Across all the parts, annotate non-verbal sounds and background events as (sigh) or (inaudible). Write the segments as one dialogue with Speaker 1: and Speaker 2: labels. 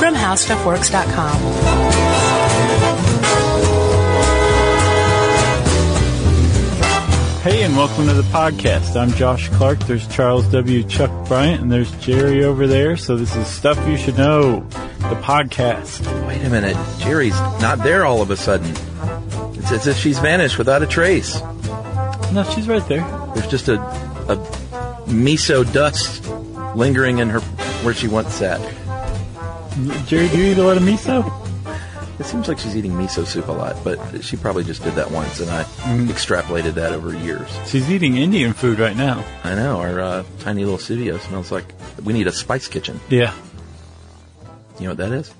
Speaker 1: from HowStuffWorks.com.
Speaker 2: Hey, and welcome to the podcast. I'm Josh Clark. There's Charles W. Chuck Bryant, and there's Jerry over there. So this is stuff you should know. The podcast.
Speaker 3: Wait a minute. Jerry's not there all of a sudden. It's as if she's vanished without a trace.
Speaker 2: No, she's right there.
Speaker 3: There's just a, a miso dust lingering in her where she once sat.
Speaker 2: Jerry, do you eat a lot of miso?
Speaker 3: It seems like she's eating miso soup a lot, but she probably just did that once, and I extrapolated that over years.
Speaker 2: She's eating Indian food right now.
Speaker 3: I know our uh, tiny little studio smells like we need a spice kitchen.
Speaker 2: Yeah,
Speaker 3: You know what that is?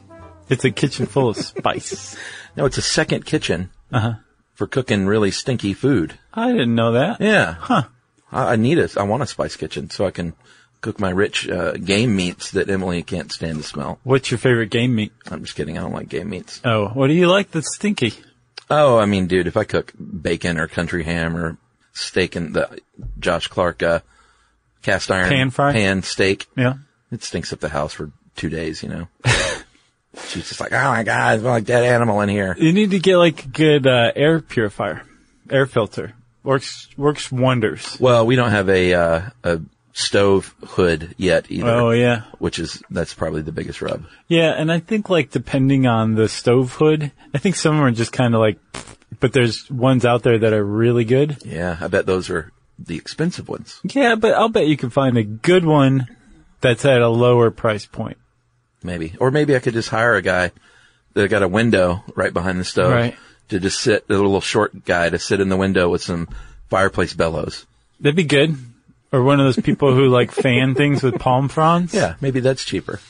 Speaker 2: it's a kitchen full (laughs) of spice.
Speaker 3: No, it's a second kitchen
Speaker 2: Uh huh.
Speaker 3: for cooking really stinky food.
Speaker 2: I didn't know that.
Speaker 3: Yeah,
Speaker 2: Huh.
Speaker 3: I, I need a, I want a spice kitchen so I can cook my rich uh, game meats that Emily can't stand the smell.
Speaker 2: What's your favorite game meat?
Speaker 3: I'm just kidding. I don't like game meats.
Speaker 2: Oh, what do you like that's stinky?
Speaker 3: Oh, I mean, dude, if I cook bacon or country ham or steak in the Josh Clark uh, cast iron
Speaker 2: Pan fry?
Speaker 3: pan steak,
Speaker 2: Yeah.
Speaker 3: it stinks up the house for two days. You
Speaker 2: (laughs)
Speaker 3: know, she's just like, oh my god, it's like dead animal in here.
Speaker 2: You need to get like a good uh, air purifier, air filter. Works works wonders.
Speaker 3: Well, we don't have a uh, a stove hood yet either.
Speaker 2: Oh yeah.
Speaker 3: Which is that's probably the biggest rub.
Speaker 2: Yeah, and I think like depending on the stove hood, I think some of them are just kind of like, but there's ones out there that are really good.
Speaker 3: Yeah, I bet those are the expensive ones.
Speaker 2: Yeah, but I'll bet you can find a good one that's at a lower price point.
Speaker 3: Maybe. Or maybe I could just hire a guy that got a window right behind the stove
Speaker 2: Right.
Speaker 3: to just sit, a little short guy to sit in the window with some fireplace bellows.
Speaker 2: That'd be good. Or one of those people who (laughs) like fan things with palm fronds.
Speaker 3: Yeah, maybe that's cheaper.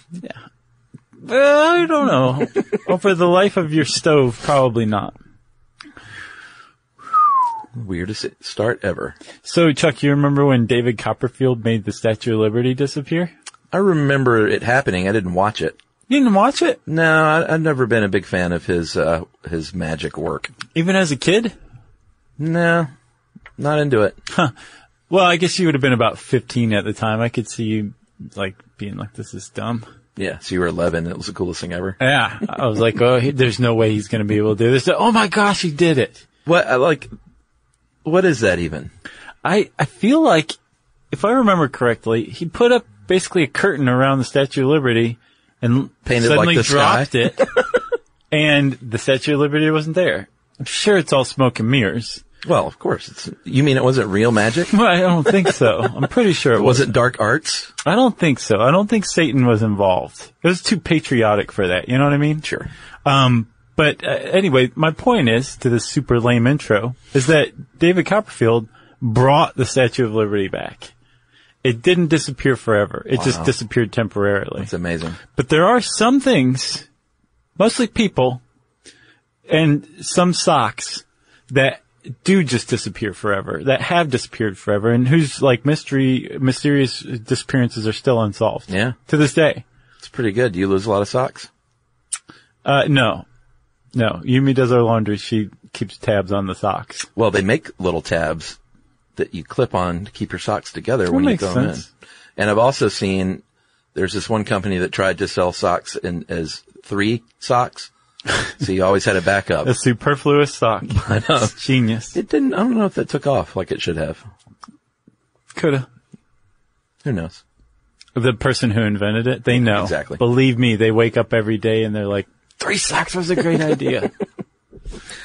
Speaker 2: Well, I don't know. well, for the life of your stove, probably not.
Speaker 3: Weirdest start ever.
Speaker 2: So, Chuck, you remember when David Copperfield made the Statue of Liberty disappear?
Speaker 3: I remember it happening. I didn't watch it.
Speaker 2: You didn't watch it,
Speaker 3: No, I, I've never been a big fan of his, uh, his magic work.
Speaker 2: even as a kid.
Speaker 3: No, not into it.
Speaker 2: Well, I guess you would have been about 15 at the time. I could see you like being like, this is dumb.
Speaker 3: Yeah, so you were 11. It was the coolest thing ever.
Speaker 2: Yeah. I was like, oh, he, there's no way he's going to be able to do this. Oh my gosh, he did it.
Speaker 3: What, I like, what is that even?
Speaker 2: I, I feel like if I remember correctly, he put up basically a curtain around the Statue of Liberty and
Speaker 3: Painted like
Speaker 2: suddenly
Speaker 3: the sky?
Speaker 2: dropped it (laughs) and the Statue of Liberty wasn't there. I'm sure it's all smoke and mirrors.
Speaker 3: Well, of course. It's, you mean it wasn't real (laughs) magic?
Speaker 2: Well, (laughs) I don't think so. I'm pretty sure it
Speaker 3: Was
Speaker 2: was.
Speaker 3: it dark arts?
Speaker 2: I don't think so. I don't think Satan was involved. It was too patriotic for that. You know what I mean?
Speaker 3: Sure.
Speaker 2: Um, but uh, anyway, my point is to this super lame intro is that David Copperfield brought the Statue of Liberty back. It didn't disappear forever. It just disappeared temporarily.
Speaker 3: It's amazing.
Speaker 2: But there are some things, mostly people, and some socks that do just disappear forever, that have disappeared forever, and whose like mystery, mysterious disappearances are still unsolved.
Speaker 3: Yeah.
Speaker 2: To this day.
Speaker 3: It's pretty good. Do you lose a lot of socks?
Speaker 2: Uh, no. No. Yumi does our laundry. She keeps tabs on the socks.
Speaker 3: Well, they make little tabs that you clip on to keep your socks together when
Speaker 2: makes
Speaker 3: you throw them in.
Speaker 2: sense.
Speaker 3: And I've also seen there's this one company that tried to sell socks in as three
Speaker 2: (laughs)
Speaker 3: socks. so you always had a backup.
Speaker 2: A superfluous
Speaker 3: (laughs)
Speaker 2: sock. I
Speaker 3: know.
Speaker 2: Genius.
Speaker 3: It didn't, I don't know if that took off like it should have.
Speaker 2: Coulda.
Speaker 3: Who knows?
Speaker 2: The person who invented it, they know.
Speaker 3: Exactly.
Speaker 2: Believe me, they wake up every day and they're like, three socks was a
Speaker 3: (laughs)
Speaker 2: great idea.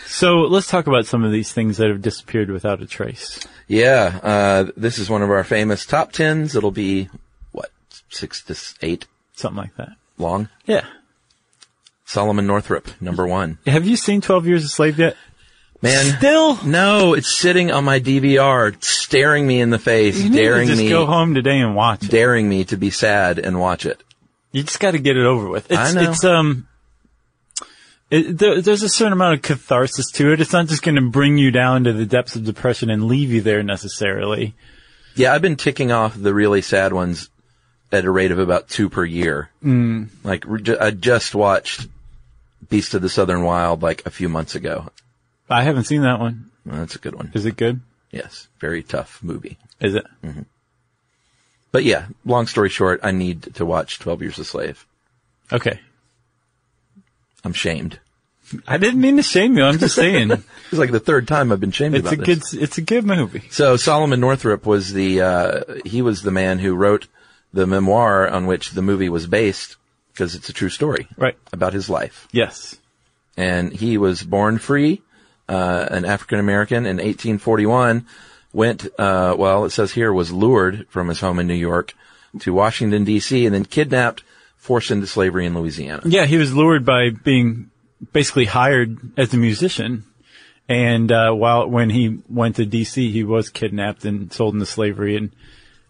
Speaker 2: So let's talk about some of these things that have disappeared without a trace.
Speaker 3: Yeah, uh, this is one of our famous top tens. It'll be, what, six to s- eight
Speaker 2: Something like that.
Speaker 3: long?
Speaker 2: Yeah.
Speaker 3: Solomon Northrop, number one.
Speaker 2: Have you seen 12 Years a Slave yet?
Speaker 3: Man.
Speaker 2: Still?
Speaker 3: No, it's sitting on my DVR, staring me in the face,
Speaker 2: You need
Speaker 3: daring
Speaker 2: to just
Speaker 3: me,
Speaker 2: go home today and watch it.
Speaker 3: daring me to be sad and watch it.
Speaker 2: You just got to get it over with. It's,
Speaker 3: I know.
Speaker 2: It's, um, it, there, there's a certain amount of catharsis to it. It's not just going to bring you down to the depths of depression and leave you there necessarily.
Speaker 3: Yeah, I've been ticking off the really sad ones at a rate of about two per year. Mm.
Speaker 2: Hmm.
Speaker 3: Like, re- ju- I just watched Beast of the Southern Wild like a few months ago.
Speaker 2: I haven't seen that one.
Speaker 3: Well, that's a good one.
Speaker 2: Is it good?
Speaker 3: Yes, very tough movie.
Speaker 2: Is it?
Speaker 3: Mm. But yeah, long story short, I need to watch 12 Years a Slave.
Speaker 2: Okay.
Speaker 3: I'm shamed.
Speaker 2: I didn't mean to shame you. I'm
Speaker 3: (laughs)
Speaker 2: just saying
Speaker 3: It's like the third time I've been shamed
Speaker 2: it's
Speaker 3: about
Speaker 2: a
Speaker 3: this.
Speaker 2: good, it's a good movie.
Speaker 3: So Solomon Northrop was the uh, he was the man who wrote the memoir on which the movie was based because it's a true story
Speaker 2: Right.
Speaker 3: about his life.
Speaker 2: Yes.
Speaker 3: And he was born free, uh, an African American in 1841. Went uh, well, it says here was lured from his home in New York to Washington D.C. and then kidnapped, forced into slavery in Louisiana.
Speaker 2: Yeah, he was lured by being basically hired as a musician. And uh, while when he went to D.C., he was kidnapped and sold into slavery. And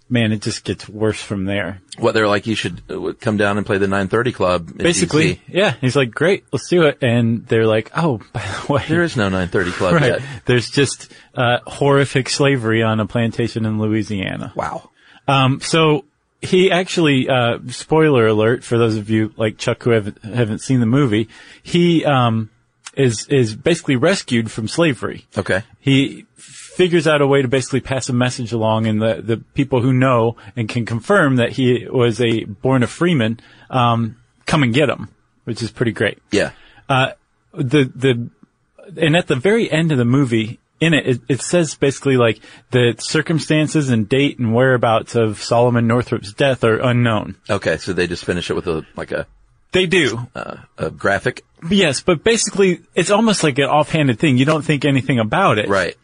Speaker 2: man, it just gets worse from there.
Speaker 3: What they're like, you should uh, come down and play the 930 Club. at
Speaker 2: Basically,
Speaker 3: DC."
Speaker 2: yeah, he's like, "Great, let's do it." And they're like, "Oh, (laughs) by the way,
Speaker 3: there is no 930 Club
Speaker 2: (laughs) right,
Speaker 3: yet.
Speaker 2: there's just uh, horrific slavery on a plantation in Louisiana."
Speaker 3: Wow.
Speaker 2: Um, so he actually, uh, spoiler alert for those of you like Chuck who haven't, haven't seen the movie, he, um, is, is basically rescued from slavery.
Speaker 3: Okay.
Speaker 2: He figures out a way to basically pass a message along and the, the people who know and can confirm that he was a born a freeman, um, come and get him, which is pretty great
Speaker 3: Yeah.
Speaker 2: Uh, the the and at the very end of the movie in it, it it says basically like the circumstances and date and whereabouts of Solomon Northrop's death are unknown.
Speaker 3: Okay, so they just finish it with a like a,
Speaker 2: They do.
Speaker 3: uh, a graphic,
Speaker 2: Yes, but basically it's almost like an offhanded thing. You don't think anything about it.
Speaker 3: right?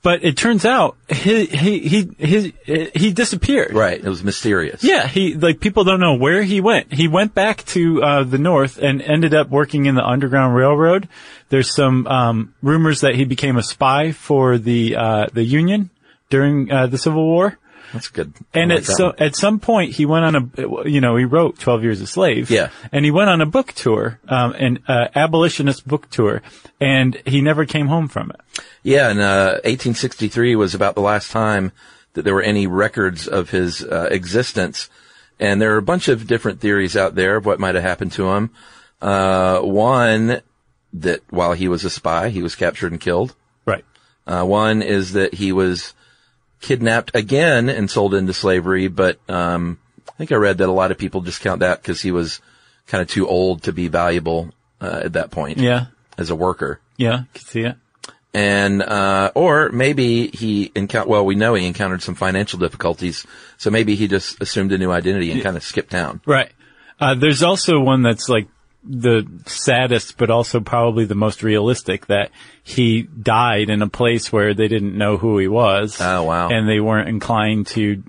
Speaker 2: But it turns out he he he his, he disappeared.
Speaker 3: Right. It was mysterious.
Speaker 2: Yeah, he like people don't know where he went. He went back to uh, the north and ended up working in the Underground Railroad. There's some um, rumors that he became a spy for the uh, the Union during uh, the Civil War.
Speaker 3: that's good. I
Speaker 2: And
Speaker 3: like
Speaker 2: at
Speaker 3: that
Speaker 2: so
Speaker 3: one.
Speaker 2: at some point he went on a you know he wrote Twelve Years a Slave.
Speaker 3: Yeah.
Speaker 2: and he went on a book tour, um, an uh, abolitionist book tour, and he never came home from it.
Speaker 3: yeah, and uh, 1863 was about the last time that there were any records of his uh, existence, and there are a bunch of different theories out there of what might have happened to him. Uh, one that while he was a spy, he was captured and killed.
Speaker 2: Right.
Speaker 3: Uh, one is that he was kidnapped again and sold into slavery, but um, I think I read that a lot of people discount that because he was kind of too old to be valuable uh, at that point
Speaker 2: Yeah.
Speaker 3: as a worker.
Speaker 2: Yeah. Can see it.
Speaker 3: And uh, or maybe he encountered. Well, we know he encountered some financial difficulties, so maybe he just assumed a new identity and kind of skipped town.
Speaker 2: Right. Uh, there's also one that's like the saddest, but also probably the most realistic that he died in a place where they didn't know who he was.
Speaker 3: Oh, wow.
Speaker 2: And they weren't inclined to,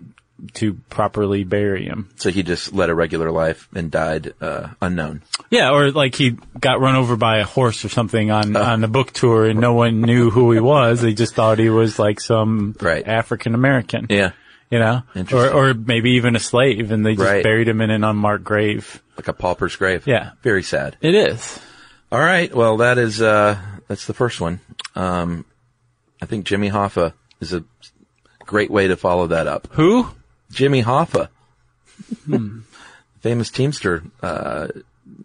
Speaker 2: to properly bury him.
Speaker 3: So he just led a regular life and died uh, unknown.
Speaker 2: Yeah. Or like he got run over by a horse or something on, on the book tour and no one knew who he was. They just thought he was like some
Speaker 3: Right.
Speaker 2: African American.
Speaker 3: Yeah,
Speaker 2: You know? Or,
Speaker 3: Interesting.
Speaker 2: or maybe even a slave and they just
Speaker 3: Right.
Speaker 2: buried him in an unmarked grave.
Speaker 3: like a pauper's grave.
Speaker 2: Yeah.
Speaker 3: very sad.
Speaker 2: It is.
Speaker 3: All right. Well, that is uh, that's the first one. Um, I think Jimmy Hoffa is a great way to follow that up.
Speaker 2: Who?
Speaker 3: Jimmy Hoffa, (laughs) famous Teamster, uh,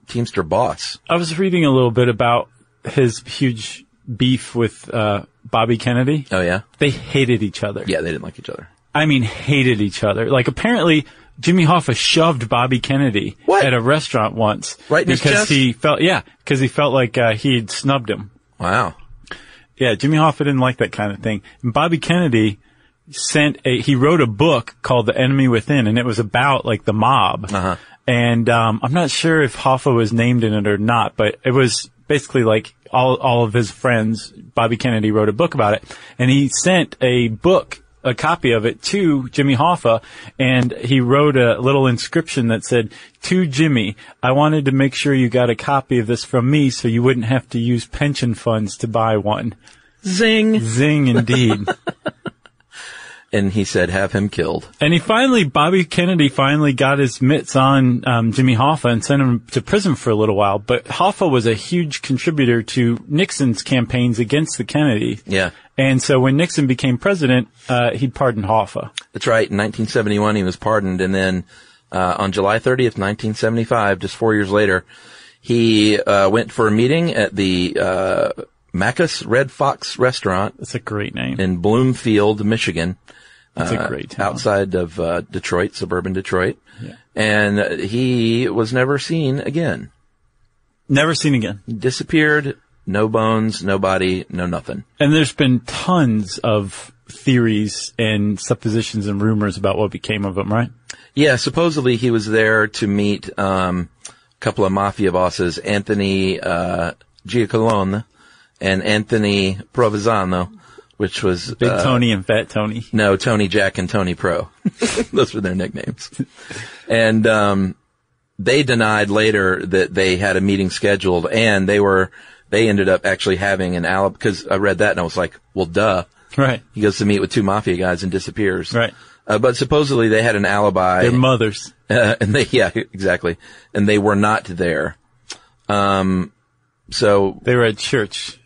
Speaker 3: Teamster boss.
Speaker 2: I was reading a little bit about his huge beef with uh, Bobby Kennedy.
Speaker 3: Oh yeah,
Speaker 2: They hated each other.
Speaker 3: yeah. They didn't like each other.
Speaker 2: I mean, hated each other. Like apparently, Jimmy Hoffa shoved Bobby Kennedy
Speaker 3: What?
Speaker 2: at a restaurant once
Speaker 3: Right in his
Speaker 2: because
Speaker 3: chest?
Speaker 2: he felt yeah because he felt like uh, he'd snubbed him.
Speaker 3: Wow.
Speaker 2: Yeah, Jimmy Hoffa didn't like that kind of thing. And Bobby Kennedy sent a, he wrote a book called The Enemy Within and it was about like the mob.
Speaker 3: Uh-huh.
Speaker 2: And, um, I'm not sure if Hoffa was named in it or not, but it was basically like all, all of his friends, Bobby Kennedy wrote a book about it and he sent a book, a copy of it to Jimmy Hoffa and he wrote a little inscription that said, to Jimmy, I wanted to make sure you got a copy of this from me so you wouldn't have to use pension funds to buy one.
Speaker 3: Zing. (laughs)
Speaker 2: Zing indeed.
Speaker 3: And he said, have him killed.
Speaker 2: And he finally, Bobby Kennedy finally got his mitts on um, Jimmy Hoffa and sent him to prison for a little while. But Hoffa was a huge contributor to Nixon's campaigns against the Kennedys.
Speaker 3: Yeah.
Speaker 2: And so when Nixon became president, uh, he pardoned Hoffa.
Speaker 3: That's right. In 1971, he was pardoned, and then uh, on July 30th, 1975, just four years later, he uh, went for a meeting at the uh, Macus Red Fox Restaurant
Speaker 2: That's a great name.
Speaker 3: in Bloomfield, Michigan,
Speaker 2: That's a great town.
Speaker 3: Uh, outside of uh, Detroit, suburban Detroit,
Speaker 2: Yeah.
Speaker 3: and uh, he was never seen again.
Speaker 2: Never seen again.
Speaker 3: Disappeared. No bones, no body, no nothing.
Speaker 2: And there's been tons of theories and suppositions and rumors about what became of him, right?
Speaker 3: Yeah, supposedly he was there to meet um, a couple of mafia bosses, Anthony uh, Giacalone and Anthony Provenzano, which was
Speaker 2: Big
Speaker 3: uh,
Speaker 2: Tony and Fat Tony.
Speaker 3: no Tony Jack and Tony Pro. (laughs) Those were their nicknames, and um, they denied later that they had a meeting scheduled, and they were they ended up actually having an alibi because I read that and I was like, well, duh.
Speaker 2: Right.
Speaker 3: He goes to meet with two mafia guys and disappears.
Speaker 2: Right.
Speaker 3: Uh, but supposedly they had an alibi.
Speaker 2: Their mothers.
Speaker 3: Uh, and they, (laughs) yeah, exactly. And they were not there. Um, so
Speaker 2: They were at church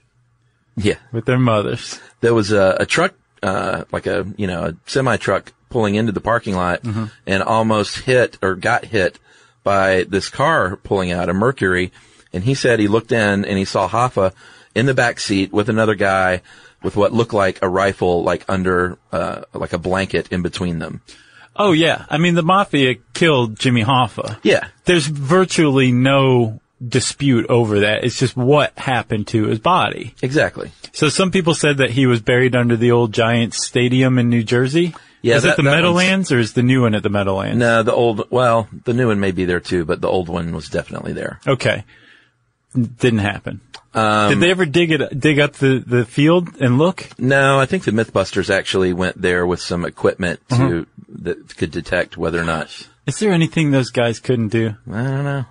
Speaker 3: yeah,
Speaker 2: with their mothers.
Speaker 3: there was a, a truck, uh, like a, you know, a semi truck pulling into the parking lot and almost hit or got hit by this car pulling out a Mercury. And he said he looked in and he saw Hoffa in the back seat with another guy with what looked like a rifle, like under, uh, like a blanket in between them.
Speaker 2: Oh yeah, I mean the mafia killed Jimmy Hoffa.
Speaker 3: Yeah.
Speaker 2: There's virtually no dispute over that. It's just what happened to his body.
Speaker 3: Exactly.
Speaker 2: So some people said that he was buried under the old Giants Stadium in New Jersey.
Speaker 3: Yeah,
Speaker 2: is
Speaker 3: that-
Speaker 2: it the
Speaker 3: that
Speaker 2: Meadowlands or is the new one at the Meadowlands?
Speaker 3: No, the old, well, the new one may be there too, but the old one was definitely there.
Speaker 2: Okay, didn't happen. Did they ever dig it dig up the the field and look?
Speaker 3: No, I think the MythBusters actually went there with some equipment to that could detect whether or not
Speaker 2: Is there anything those guys couldn't do?
Speaker 3: I don't know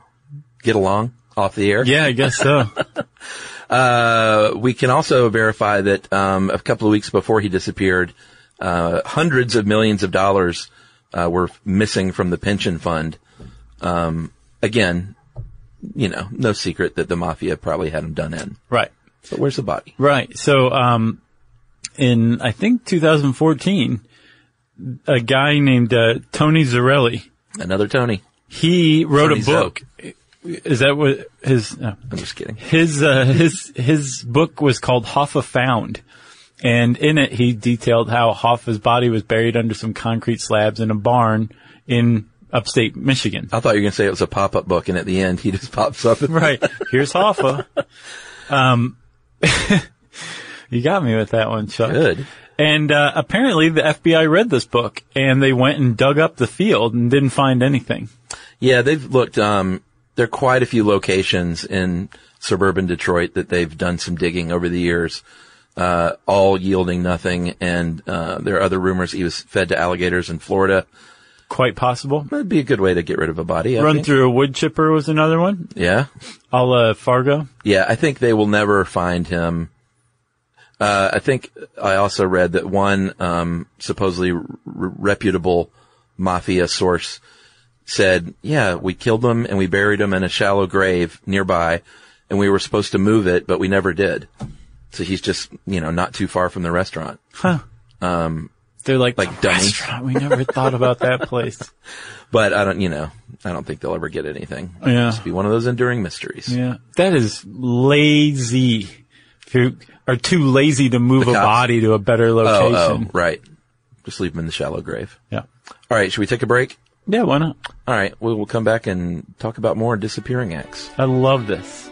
Speaker 3: get along off the air.
Speaker 2: Yeah, I guess so.
Speaker 3: Uh, we can also verify that um, a couple of weeks before he disappeared, uh, hundreds of millions of dollars uh, were missing from the pension fund. Um, again, you know, no secret that the mafia probably had him done in.
Speaker 2: (laughs) right.
Speaker 3: But where's the body?
Speaker 2: Right. So, um, in I think 2014, a guy named uh, Tony Zarelli,
Speaker 3: Another Tony.
Speaker 2: he wrote
Speaker 3: Tony
Speaker 2: a book. Is that what his uh,
Speaker 3: I'm just kidding.
Speaker 2: his uh, his his book was called Hoffa Found, and in it he detailed how Hoffa's body was buried under some concrete slabs in a barn in upstate Michigan.
Speaker 3: I thought you were going to say it was a pop-up book, and at the end, he just (laughs) pops up.
Speaker 2: Right. Here's Hoffa. Um, (laughs) you got me with that one, Chuck.
Speaker 3: Good.
Speaker 2: And uh, apparently, the FBI read this book and they went and dug up the field and didn't find anything.
Speaker 3: Yeah, they've looked. Um, there are quite a few locations in suburban Detroit that they've done some digging over the years, uh, all yielding nothing. And uh, there are other rumors he was fed to alligators in Florida.
Speaker 2: Quite possible.
Speaker 3: That'd be a good way to get rid of a body. I
Speaker 2: Run
Speaker 3: think.
Speaker 2: through a wood chipper was another one,
Speaker 3: Yeah,
Speaker 2: a la Fargo.
Speaker 3: yeah. I think they will never find him. Uh, I think I also read that one um, supposedly r- reputable mafia source said, yeah, we killed him and we buried him in a shallow grave nearby and we were supposed to move it, but we never did. So he's just, you know, not too far from the restaurant.
Speaker 2: They're like,
Speaker 3: Um, Like
Speaker 2: the
Speaker 3: dummy.
Speaker 2: restaurant.
Speaker 3: (laughs)
Speaker 2: We never thought about that place.
Speaker 3: But I don't, you know, I don't think they'll ever get anything.
Speaker 2: Yeah.
Speaker 3: Just be one of those enduring mysteries.
Speaker 2: Yeah, that is lazy. If you are too lazy to move
Speaker 3: The
Speaker 2: a
Speaker 3: cops.
Speaker 2: body to a better
Speaker 3: Oh,
Speaker 2: location.
Speaker 3: oh, right. Just leave him in the shallow grave.
Speaker 2: Yeah,
Speaker 3: All right. Should we take a break?
Speaker 2: yeah. Why not?
Speaker 3: All right. We will come back and talk about more disappearing acts.
Speaker 2: I love this.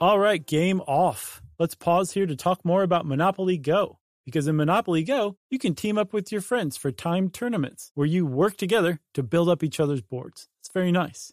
Speaker 4: right, game off. Let's pause here to talk more about Monopoly Go. Because in Monopoly Go, you can team up with your friends for timed tournaments where you work together to build up each other's boards. It's very nice.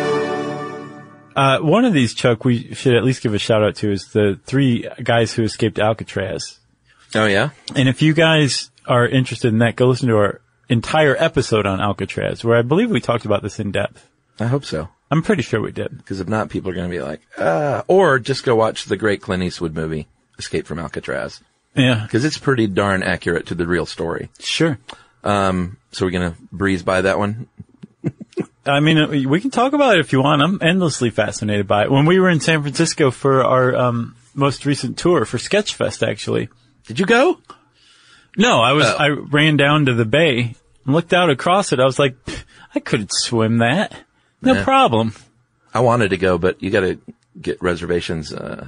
Speaker 2: Uh, one of these, Chuck, we should at least give a shout out to is the three guys who escaped Alcatraz.
Speaker 3: Oh, yeah?
Speaker 2: And if you guys are interested in that, go listen to our entire episode on Alcatraz, where I believe we talked about this in depth.
Speaker 3: I hope so.
Speaker 2: I'm pretty sure we did.
Speaker 3: Because if not, people are going to be like, ah. Or just go watch the great Clint Eastwood movie, Escape from Alcatraz.
Speaker 2: Yeah,
Speaker 3: Because it's pretty darn accurate to the real story.
Speaker 2: sure.
Speaker 3: Um, so we're going to breeze by that one.
Speaker 2: I mean, uh, we can talk about it if you want. I'm endlessly fascinated by it. When we were in San Francisco for our um, most recent tour for Sketchfest, actually.
Speaker 3: Did you go?
Speaker 2: No, I was
Speaker 3: Oh.
Speaker 2: I ran down to the bay and looked out across it. I was like, "Pff, I could swim that, no
Speaker 3: Yeah.
Speaker 2: problem.
Speaker 3: I wanted to go, but you got to get reservations, uh,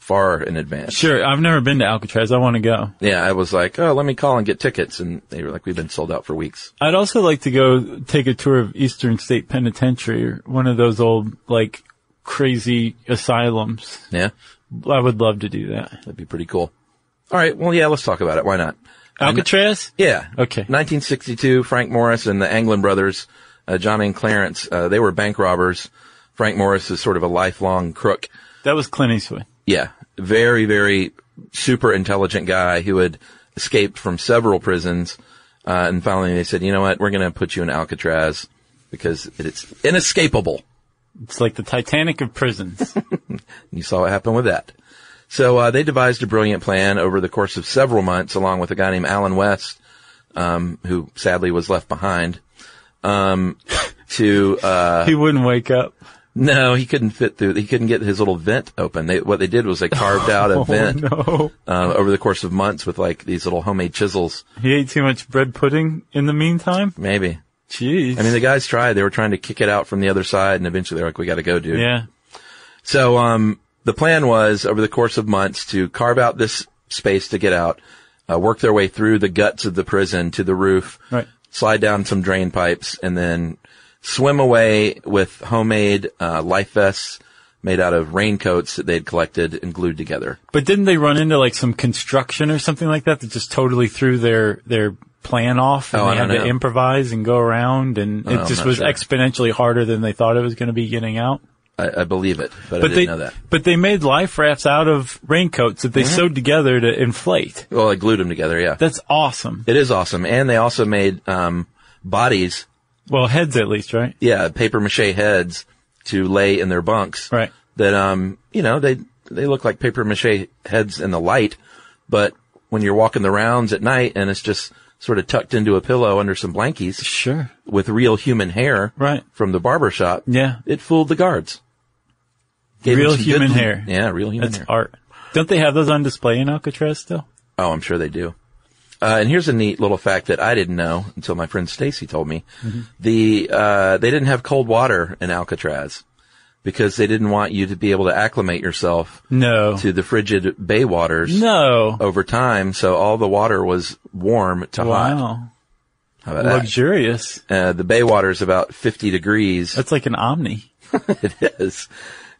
Speaker 3: far in advance.
Speaker 2: Sure, I've never been to Alcatraz. I want to go.
Speaker 3: Yeah, I was like, oh, let me call and get tickets. And they were like, we've been sold out for weeks.
Speaker 2: I'd also like to go take a tour of Eastern State Penitentiary, or one of those old like crazy asylums.
Speaker 3: Yeah,
Speaker 2: I would love to do that.
Speaker 3: that'd be pretty cool. All right. Well, yeah, let's talk about it. Why not?
Speaker 2: Alcatraz?
Speaker 3: Yeah.
Speaker 2: Okay.
Speaker 3: 1962, Frank Morris and the Anglin brothers, uh, John and Clarence, uh, they were bank robbers. Frank Morris is sort of a lifelong crook.
Speaker 2: That was Clint Eastwood.
Speaker 3: Yeah. Very, very super intelligent guy who had escaped from several prisons. Uh, and finally they said, you know what? We're going to put you in Alcatraz because it's inescapable.
Speaker 2: It's like the Titanic of prisons.
Speaker 3: You saw what happened with that. So uh, they devised a brilliant plan over the course of several months, along with a guy named Alan West, um, who sadly was left behind. Um, to uh,
Speaker 2: he wouldn't wake up.
Speaker 3: no, he couldn't fit through. He couldn't get his little vent open. They, what they did was they
Speaker 2: (laughs)
Speaker 3: carved out a vent
Speaker 2: Oh, No.
Speaker 3: uh, over the course of months with like these little homemade chisels.
Speaker 2: He ate too much bread pudding in the meantime.
Speaker 3: Maybe.
Speaker 2: Jeez.
Speaker 3: I mean, the guys tried. They were trying to kick it out from the other side, and eventually they're like, "We got to go, dude."
Speaker 2: yeah.
Speaker 3: So, um, the plan was over the course of months to carve out this space to get out, uh, work their way through the guts of the prison to the roof,
Speaker 2: Right.
Speaker 3: slide down some drain pipes, and then swim away with homemade uh, life vests made out of raincoats that they'd collected and glued together.
Speaker 2: But didn't they run into like some construction or something like that that just totally threw their their plan off and
Speaker 3: Oh, I
Speaker 2: they had
Speaker 3: don't
Speaker 2: to
Speaker 3: know. Oh,
Speaker 2: improvise and go around and
Speaker 3: I'm
Speaker 2: it just
Speaker 3: not
Speaker 2: was
Speaker 3: sure.
Speaker 2: exponentially harder than they thought it was going to be getting out.
Speaker 3: I, I believe it, but, I
Speaker 2: But
Speaker 3: didn't
Speaker 2: they
Speaker 3: know that.
Speaker 2: but they made life rafts out of raincoats that they sewed together to inflate.
Speaker 3: Well, I glued them together, yeah.
Speaker 2: That's awesome.
Speaker 3: it is awesome. And they also made um, bodies,
Speaker 2: Well, heads at least, right?
Speaker 3: yeah, paper mache heads to lay in their bunks.
Speaker 2: Right.
Speaker 3: that um you know they they look like paper mache heads in the light, but when you're walking the rounds at night and it's just sort of tucked into a pillow under some blankies
Speaker 2: Sure.
Speaker 3: with real human hair
Speaker 2: Right.
Speaker 3: from the barber shop,
Speaker 2: Yeah.
Speaker 3: it fooled the guards. them
Speaker 2: Real
Speaker 3: some
Speaker 2: human
Speaker 3: good-
Speaker 2: hair.
Speaker 3: Yeah, real human
Speaker 2: That's
Speaker 3: hair.
Speaker 2: art. Don't they have those on display in Alcatraz still?
Speaker 3: Oh, I'm sure they do. Uh, and here's a neat little fact that I didn't know until my friend Stacy told me.
Speaker 2: Mm-hmm.
Speaker 3: The uh, they didn't have cold water in Alcatraz because they didn't want you to be able to acclimate yourself
Speaker 2: No.
Speaker 3: to the frigid bay waters
Speaker 2: No.
Speaker 3: over time. So all the water was warm to hot.
Speaker 2: Wow.
Speaker 3: How about that?
Speaker 2: Luxurious.
Speaker 3: Uh, the bay water is about 50 degrees.
Speaker 2: That's like an Omni.
Speaker 3: it is.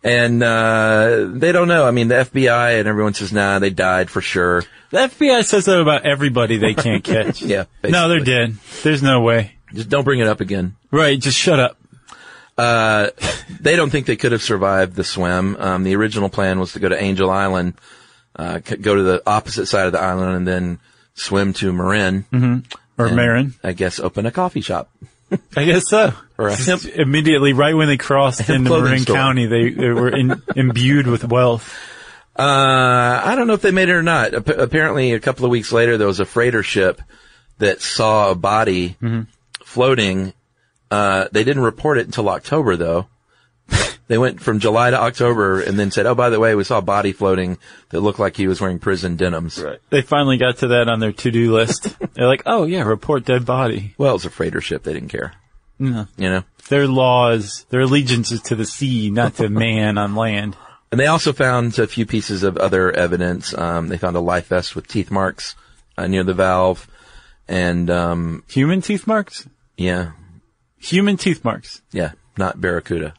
Speaker 3: And uh, they don't know. I mean, the FBI and everyone says, "Nah, they died for sure."
Speaker 2: The FBI says that about everybody they can't
Speaker 3: (laughs)
Speaker 2: catch.
Speaker 3: Yeah,
Speaker 2: No, they're
Speaker 3: basically.
Speaker 2: dead. There's no way.
Speaker 3: Just don't bring it up again.
Speaker 2: Right. Just shut up.
Speaker 3: Uh, they don't think they could have survived the swim. Um, the original plan was to go to Angel Island, uh, c- go to the opposite side of the island, and then swim to Marin.
Speaker 2: Mm-hmm. Or
Speaker 3: and
Speaker 2: Marin.
Speaker 3: I guess open a coffee shop.
Speaker 2: I guess so.
Speaker 3: Or a hemp-
Speaker 2: Immediately, right when they crossed into
Speaker 3: clothing
Speaker 2: Marin
Speaker 3: store.
Speaker 2: County, they, they were in, imbued with wealth.
Speaker 3: Uh, I don't know if they made it or not. Ap- apparently, a couple of weeks later, there was a freighter ship that saw a body floating. Uh, they didn't report it until October, though. they went from July to October and then said, oh, by the way, we saw a body floating that looked like he was wearing prison denims.
Speaker 2: They finally got to that on their to-do list. They're like, oh yeah, report dead body.
Speaker 3: Well, it was a freighter ship. They didn't care. You know?
Speaker 2: Their laws, their allegiance is to the sea, not to man on land.
Speaker 3: And they also found a few pieces of other evidence. Um, they found a life vest with teeth marks uh, near the valve. And, um,
Speaker 2: Human teeth marks?
Speaker 3: yeah,
Speaker 2: Human teeth marks.
Speaker 3: Yeah, not barracuda.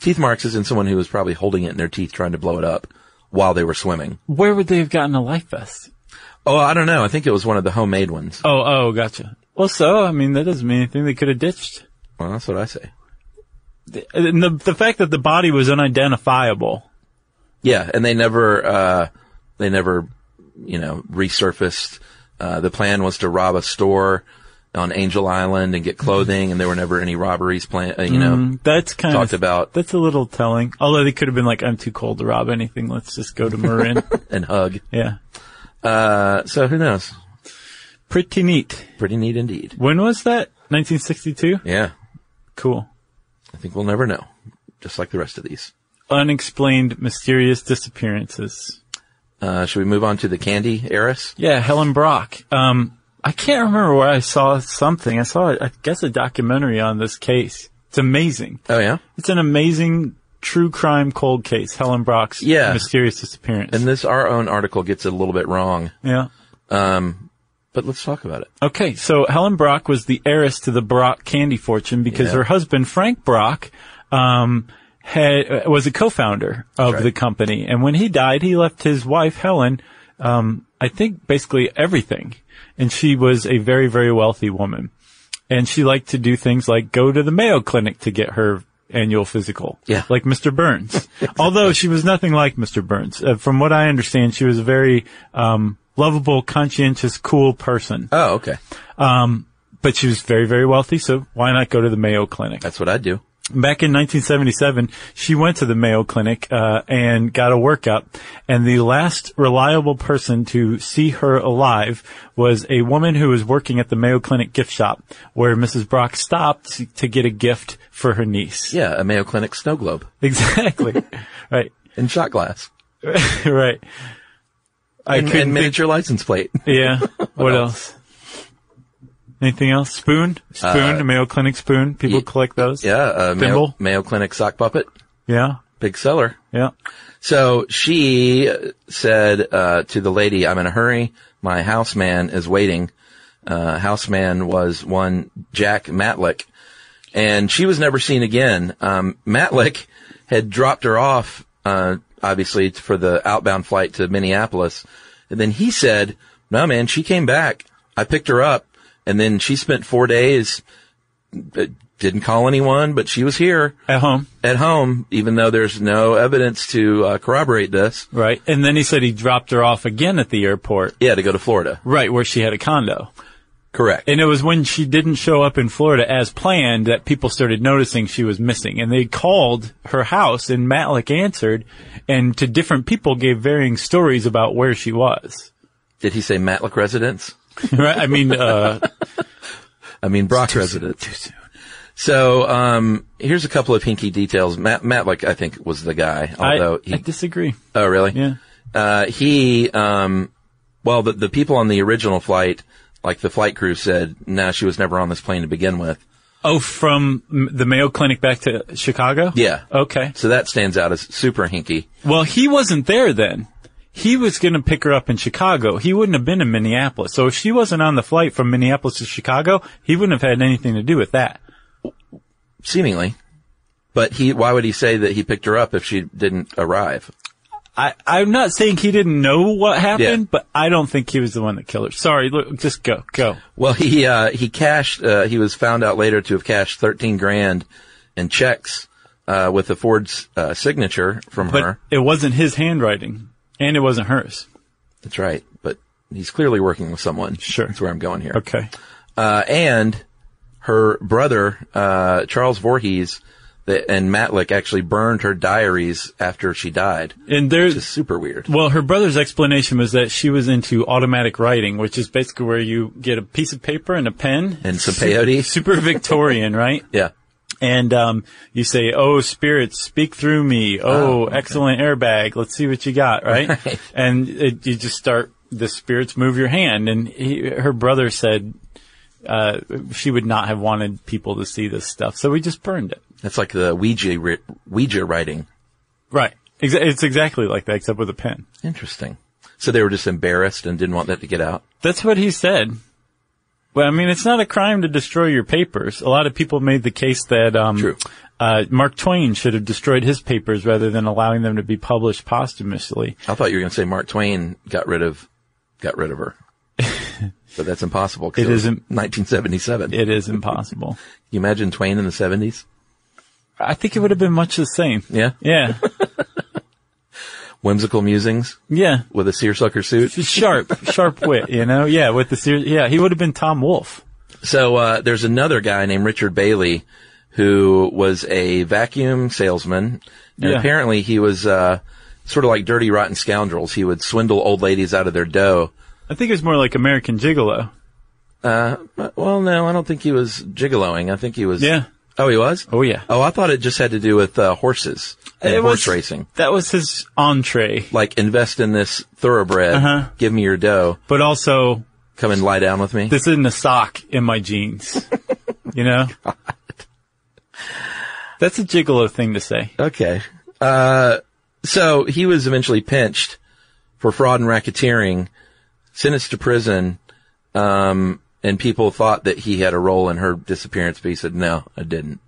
Speaker 3: Teeth marks is in someone who was probably holding it in their teeth trying to blow it up while they were swimming.
Speaker 2: Where would they have gotten a life vest?
Speaker 3: Oh, I don't know. I think it was one of the homemade ones.
Speaker 2: Oh, oh, gotcha. Well, so, I mean, that doesn't mean anything. They could have ditched.
Speaker 3: Well, that's what I say.
Speaker 2: And the, the fact that the body was unidentifiable.
Speaker 3: Yeah, and they never, uh, they never, you know, resurfaced. Uh, the plan was to rob a store on Angel Island and get clothing, and there were never any robberies planned. Uh, you know,
Speaker 2: Mm, that's kind
Speaker 3: talked
Speaker 2: of,
Speaker 3: about
Speaker 2: that's a little telling. Although they could have been like, I'm too cold to rob anything. Let's just go
Speaker 3: (laughs)
Speaker 2: to Marin.
Speaker 3: and hug.
Speaker 2: yeah.
Speaker 3: Uh, so who knows?
Speaker 2: Pretty neat.
Speaker 3: Pretty neat indeed.
Speaker 2: When was that? 1962?
Speaker 3: Yeah,
Speaker 2: Cool.
Speaker 3: I think we'll never know. Just like the rest of these.
Speaker 2: Unexplained mysterious disappearances.
Speaker 3: Uh, should we move on to the candy heiress?
Speaker 2: Yeah, Helen Brock. Um, I can't remember where I saw something. I saw, I guess, a documentary on this case. It's amazing.
Speaker 3: Oh yeah.
Speaker 2: It's an amazing true crime cold case. Helen Brock's
Speaker 3: Yeah.
Speaker 2: mysterious disappearance.
Speaker 3: And this our own article gets it a little bit wrong,
Speaker 2: yeah.
Speaker 3: but let's talk about it.
Speaker 2: Okay, so Helen Brock was the heiress to the Brock candy fortune because
Speaker 3: Yeah.
Speaker 2: her husband Frank Brock um, had uh, was a co-founder of
Speaker 3: right.
Speaker 2: the company, and when he died, he left his wife Helen, um, I think, basically everything, and she was a very very wealthy woman, and she liked to do things like go to the Mayo Clinic to get her annual physical,
Speaker 3: Yeah.
Speaker 2: like Mr. Burns.
Speaker 3: (laughs)
Speaker 2: Although she was nothing like Mr. Burns, uh, from what I understand, she was a very um, lovable, conscientious, cool person
Speaker 3: Oh, okay.
Speaker 2: Um, but she was very, very wealthy, so why not go to the Mayo Clinic?
Speaker 3: That's what I do.
Speaker 2: Back in 1977, she went to the Mayo Clinic uh, and got a workup, and the last reliable person to see her alive was a woman who was working at the Mayo Clinic gift shop, where Mrs. Brock stopped to get a gift for her niece.
Speaker 3: Yeah, a Mayo Clinic snow globe
Speaker 2: (laughs) Exactly. right.
Speaker 3: and shot glass
Speaker 2: Right. I
Speaker 3: and,
Speaker 2: couldn't
Speaker 3: and
Speaker 2: think-
Speaker 3: miniature license plate.
Speaker 2: Yeah. What
Speaker 3: (laughs)
Speaker 2: else? Anything else? Spoon? Spoon? a Mayo Clinic spoon? People
Speaker 3: Uh, ye-
Speaker 2: collect
Speaker 3: (laughs)
Speaker 2: those?
Speaker 3: Yeah, a Mayo,
Speaker 2: Thimble?
Speaker 3: Mayo Clinic sock puppet,
Speaker 2: Yeah.
Speaker 3: big seller.
Speaker 2: Yeah.
Speaker 3: So she said uh, to the lady, "I'm in a hurry. My houseman is waiting." Uh, houseman was one Jack Matlick, and she was never seen again. Um, Matlick had dropped her off, uh, obviously for the outbound flight to Minneapolis, and then he said, "No, man, she came back. I picked her up, and then she spent four days." uh, Didn't call anyone, but she was here
Speaker 2: At home.
Speaker 3: at home, even though there's no evidence to uh, corroborate this.
Speaker 2: Right. And then he said he dropped her off again at the airport.
Speaker 3: Yeah, to go to Florida.
Speaker 2: Right, where she had a condo.
Speaker 3: Correct.
Speaker 2: And it was when she didn't show up in Florida as planned that people started noticing she was missing. And they called her house and Matlick answered and to different people gave varying stories about where she was.
Speaker 3: Did he say Matlock residence?
Speaker 2: (laughs) right? I mean, uh,
Speaker 3: I mean Brock residence. Too soon. So um, here's a couple of hinky details. Matt Matlock, I think, was the guy.
Speaker 2: I,
Speaker 3: Although
Speaker 2: I
Speaker 3: he,
Speaker 2: disagree.
Speaker 3: oh really?
Speaker 2: Yeah.
Speaker 3: Uh, he um, Well, the, the people on the original flight, like the flight crew said, no, she was never on this plane to begin with.
Speaker 2: Oh, from m- the Mayo Clinic back to Chicago?
Speaker 3: Yeah.
Speaker 2: Okay.
Speaker 3: So that stands out as super hinky.
Speaker 2: Well, he wasn't there then. He was going to pick her up in Chicago. He wouldn't have been in Minneapolis. So if she wasn't on the flight from Minneapolis to Chicago, he wouldn't have had anything to do with that.
Speaker 3: Seemingly. But he, why would he say that he picked her up if she didn't arrive?
Speaker 2: I, I'm not saying he didn't know what happened,
Speaker 3: Yeah.
Speaker 2: but I don't think he was the one that killed her. Sorry, look, just go, go.
Speaker 3: Well, he, uh, he cashed, uh, he was found out later to have cashed 13 grand in checks, uh, with the Ford's, uh, signature from
Speaker 2: But
Speaker 3: her.
Speaker 2: it wasn't his handwriting and it wasn't hers.
Speaker 3: That's right. But he's clearly working with someone.
Speaker 2: Sure.
Speaker 3: That's where I'm going here.
Speaker 2: Okay.
Speaker 3: uh, and her brother uh, Charles Voorhees the, and Matlick actually burned her diaries after she died.
Speaker 2: And there's,
Speaker 3: It's super weird.
Speaker 2: Well, her brother's explanation was that she was into automatic writing, which is basically where you get a piece of paper and a pen
Speaker 3: And some peyote.
Speaker 2: Super Victorian, (laughs) right?
Speaker 3: Yeah,
Speaker 2: And um, you say, "Oh, spirits, speak through me. Oh, excellent airbag. Let's see what you got." (laughs) Right? And it, you just start. The spirits move your hand, and he, her brother said uh, she would not have wanted people to see this stuff, so we just burned it.
Speaker 3: that's like the Ouija ri- Ouija writing.
Speaker 2: Right? Exa- it's exactly like that, except with a pen.
Speaker 3: Interesting. So they were just embarrassed and didn't want that to get out.
Speaker 2: That's what he said. Well, I mean, it's not a crime to destroy your papers. A lot of people made the case that um,
Speaker 3: True.
Speaker 2: Uh, Mark Twain should have destroyed his papers rather than allowing them to be published posthumously.
Speaker 3: I thought you were going to say Mark Twain got rid of got rid
Speaker 2: (laughs)
Speaker 3: of her, but that's impossible. 'cause
Speaker 2: It
Speaker 3: was
Speaker 2: isn't-
Speaker 3: 1977.
Speaker 2: It is impossible.
Speaker 3: you imagine Twain in the 70s?
Speaker 2: (laughs) I think it would have been much the same.
Speaker 3: Yeah,
Speaker 2: Yeah,
Speaker 3: whimsical musings
Speaker 2: yeah.
Speaker 3: with a seersucker suit.
Speaker 2: (laughs) Sharp, sharp wit. You know, yeah. With the series, yeah, he would have been Tom Wolfe.
Speaker 3: So uh, there's another guy named Richard Bailey who was a vacuum salesman, and
Speaker 2: Yeah.
Speaker 3: apparently he was uh, sort of like dirty, rotten scoundrels. He would swindle old ladies out of their dough.
Speaker 2: I think it was more like American Gigolo.
Speaker 3: Uh, Well, no, I don't think he was gigoloing. I think he was.
Speaker 2: Yeah.
Speaker 3: Oh, he was.
Speaker 2: Oh, yeah.
Speaker 3: Oh, I thought it just had to do with uh, horses and
Speaker 2: It
Speaker 3: horse
Speaker 2: was-
Speaker 3: racing.
Speaker 2: That was his entree,
Speaker 3: Like invest in this thoroughbred,
Speaker 2: Uh-huh.
Speaker 3: give me your dough,
Speaker 2: but also
Speaker 3: come and lie down with me.
Speaker 2: this isn't a sock in my jeans. (laughs) you know? That's a gigolo thing to say.
Speaker 3: Okay. Uh, so he was eventually pinched for fraud and racketeering, sentenced to prison, um, and people thought that he had a role in her disappearance, but he said, no, I didn't.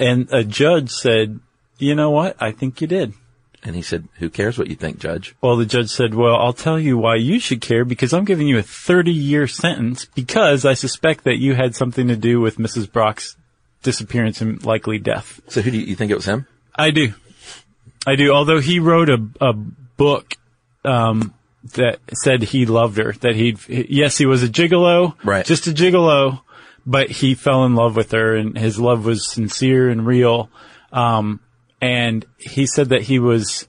Speaker 2: And a judge said, you know what? I think you did.
Speaker 3: And he said, who cares what you think, judge?
Speaker 2: Well, the judge said, well, I'll tell you why you should care because I'm giving you a 30 year sentence because I suspect that you had something to do with Mrs. Brock's disappearance and likely death.
Speaker 3: So who do you, you think it was him?
Speaker 2: I do. I do. Although he wrote a, a book, um, that said he loved her, that he'd, yes, he was a gigolo,
Speaker 3: Right.
Speaker 2: just a gigolo, but he fell in love with her and his love was sincere and real. Um, and he said that he was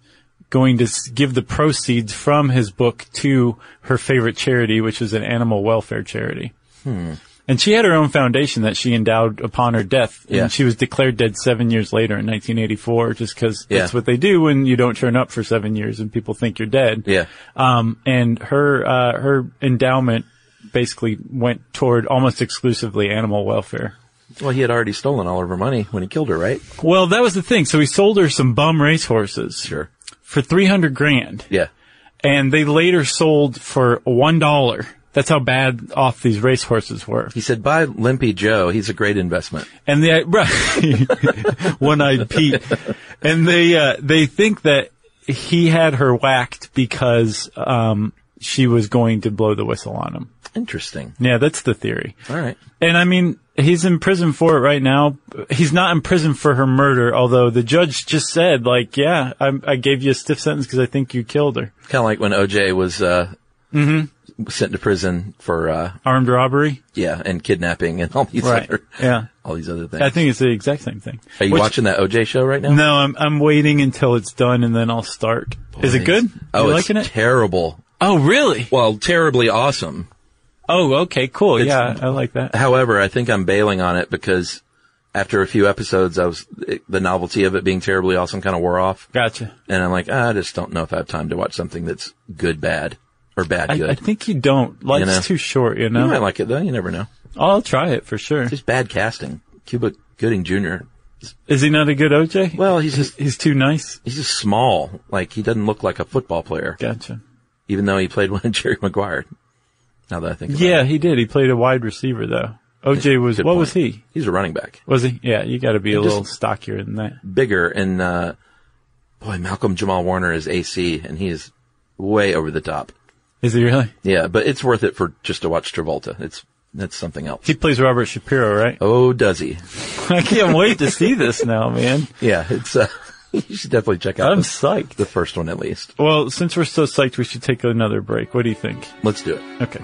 Speaker 2: going to s- give the proceeds from his book to her favorite charity, which is an animal welfare charity.
Speaker 3: Hmm.
Speaker 2: And she had her own foundation that she endowed upon her death.
Speaker 3: Yeah.
Speaker 2: And she was declared dead seven years later in 1984, just because that's
Speaker 3: Yeah.
Speaker 2: what they do when you don't turn up for seven years and people think you're dead.
Speaker 3: Yeah.
Speaker 2: Um, and her, uh, her endowment basically went toward almost exclusively animal welfare.
Speaker 3: Well, he had already stolen all of her money when he killed her, right?
Speaker 2: Well, that was the thing. So he sold her some bum racehorses for 300 grand.
Speaker 3: Yeah.
Speaker 2: And they later sold for $1. That's how bad off these racehorses were.
Speaker 3: He said, buy Limpy Joe. He's a great investment.
Speaker 2: and they (laughs) right, one-eyed Pete, and they uh, they think that he had her whacked because um, she was going to blow the whistle on him.
Speaker 3: Interesting.
Speaker 2: Yeah, that's the theory.
Speaker 3: All right.
Speaker 2: And I mean, he's in prison for it right now. He's not in prison for her murder, although the judge just said, like, yeah, I, I gave you a stiff sentence because I think you killed her.
Speaker 3: Kind of like when OJ was, uh,
Speaker 2: Mm-hmm.
Speaker 3: sent to prison for, uh,
Speaker 2: Armed robbery,
Speaker 3: yeah, and kidnapping and all these other,
Speaker 2: Yeah,
Speaker 3: all these other things.
Speaker 2: I think it's the exact same thing.
Speaker 3: Are you
Speaker 2: Which-
Speaker 3: watching that OJ show right now?
Speaker 2: No, I'm I'm waiting until it's done and then I'll start. Is it good?
Speaker 3: Oh,
Speaker 2: you
Speaker 3: it's
Speaker 2: liking it?
Speaker 3: terrible.
Speaker 2: Oh, really?
Speaker 3: Well, terribly awesome.
Speaker 2: Oh, okay, cool. yeah, I like that.
Speaker 3: However, I think I'm bailing on it because after a few episodes, I was it, the novelty of it being terribly awesome kind of wore off,
Speaker 2: Gotcha.
Speaker 3: and I'm like, "Ah, I just don't know if I have time to watch something that's good bad. or bad
Speaker 2: I,
Speaker 3: good.
Speaker 2: I think you don't. Life's
Speaker 3: know.
Speaker 2: too short, you know?
Speaker 3: You might like it though. You never know.
Speaker 2: I'll try it for sure.
Speaker 3: Just bad casting. Cuba Gooding Jr.
Speaker 2: Is he not a good OJ?
Speaker 3: Well, he's just
Speaker 2: He's too nice.
Speaker 3: he's just small. Like he doesn't look like a football player,
Speaker 2: Gotcha.
Speaker 3: even though he played (laughs) one of Jerry Maguire. Now that I think, about
Speaker 2: Yeah,
Speaker 3: it.
Speaker 2: he did. He played a wide receiver though. OJ was,
Speaker 3: Good
Speaker 2: what
Speaker 3: point.
Speaker 2: was he?
Speaker 3: He's a running back,
Speaker 2: Was he? Yeah, you gotta be a
Speaker 3: just-
Speaker 2: little stockier than that.
Speaker 3: bigger, and uh, boy, Malcolm Jamal Warner is AC, and he is way over the top.
Speaker 2: Is he really?
Speaker 3: Yeah, but it's worth it for just to watch Travolta. It's that's something else.
Speaker 2: He plays Robert Shapiro, right? (laughs)
Speaker 3: Oh, does he?
Speaker 2: I can't wait to see this
Speaker 3: (laughs)
Speaker 2: now, man.
Speaker 3: Yeah, it's. Uh, you should definitely check out
Speaker 2: I'm
Speaker 3: the,
Speaker 2: psyched.
Speaker 3: the first one at least.
Speaker 2: Well, since we're so psyched, we should take another break. What do you think?
Speaker 3: Let's do it.
Speaker 2: Okay.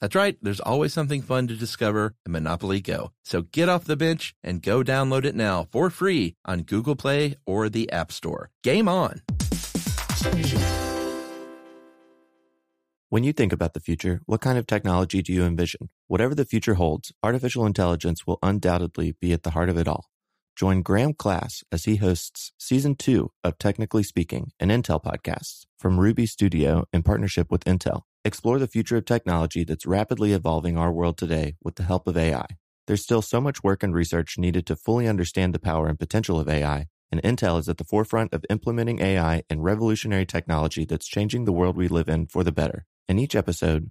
Speaker 3: That's right, there's always something fun to discover in Monopoly Go. So get off the bench and go download it now for free on Google Play or the App Store. Game on!
Speaker 5: When you think about the future, what kind of technology do you envision? Whatever the future holds, artificial intelligence will undoubtedly be at the heart of it all. Join Graham Class as he hosts season two of Technically Speaking, an Intel podcast from Ruby Studio in partnership with Intel. Explore the future of technology that's rapidly evolving our world today with the help of AI. There's still so much work and research needed to fully understand the power and potential of AI, and Intel is at the forefront of implementing AI and revolutionary technology that's changing the world we live in for the better. In each episode,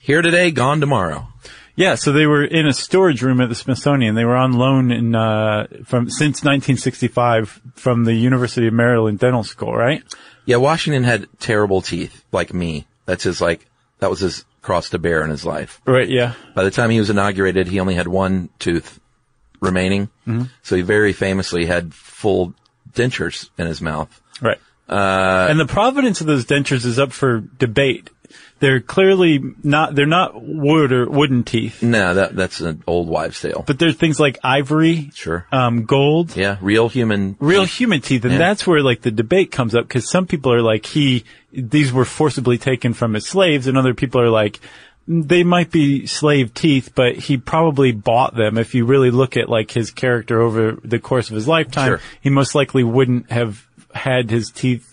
Speaker 3: Here today, gone tomorrow.
Speaker 2: Yeah, so they were in a storage room at the Smithsonian. They were on loan in uh, from since 1965 from the University of Maryland Dental School, right?
Speaker 3: Yeah, Washington had terrible teeth, like me. That's his, like, that was his cross to bear in his life.
Speaker 2: Right. Yeah.
Speaker 3: By the time he was inaugurated, he only had one tooth remaining. So he very famously had full dentures in his mouth.
Speaker 2: Right. and the provenance of those dentures is up for debate. They're clearly not. They're not wood or wooden teeth,
Speaker 3: No, that, that's an old wives tale.
Speaker 2: but there's things like ivory,
Speaker 3: Sure.
Speaker 2: um, gold,
Speaker 3: yeah, real human.
Speaker 2: real human teeth, and
Speaker 3: Yeah.
Speaker 2: that's where like the debate comes up because some people are like he these were forcibly taken from his slaves, and other people are like they might be slave teeth, but he probably bought them. If you really look at like his character over the course of his lifetime,
Speaker 3: Sure.
Speaker 2: he most likely wouldn't have had his teeth.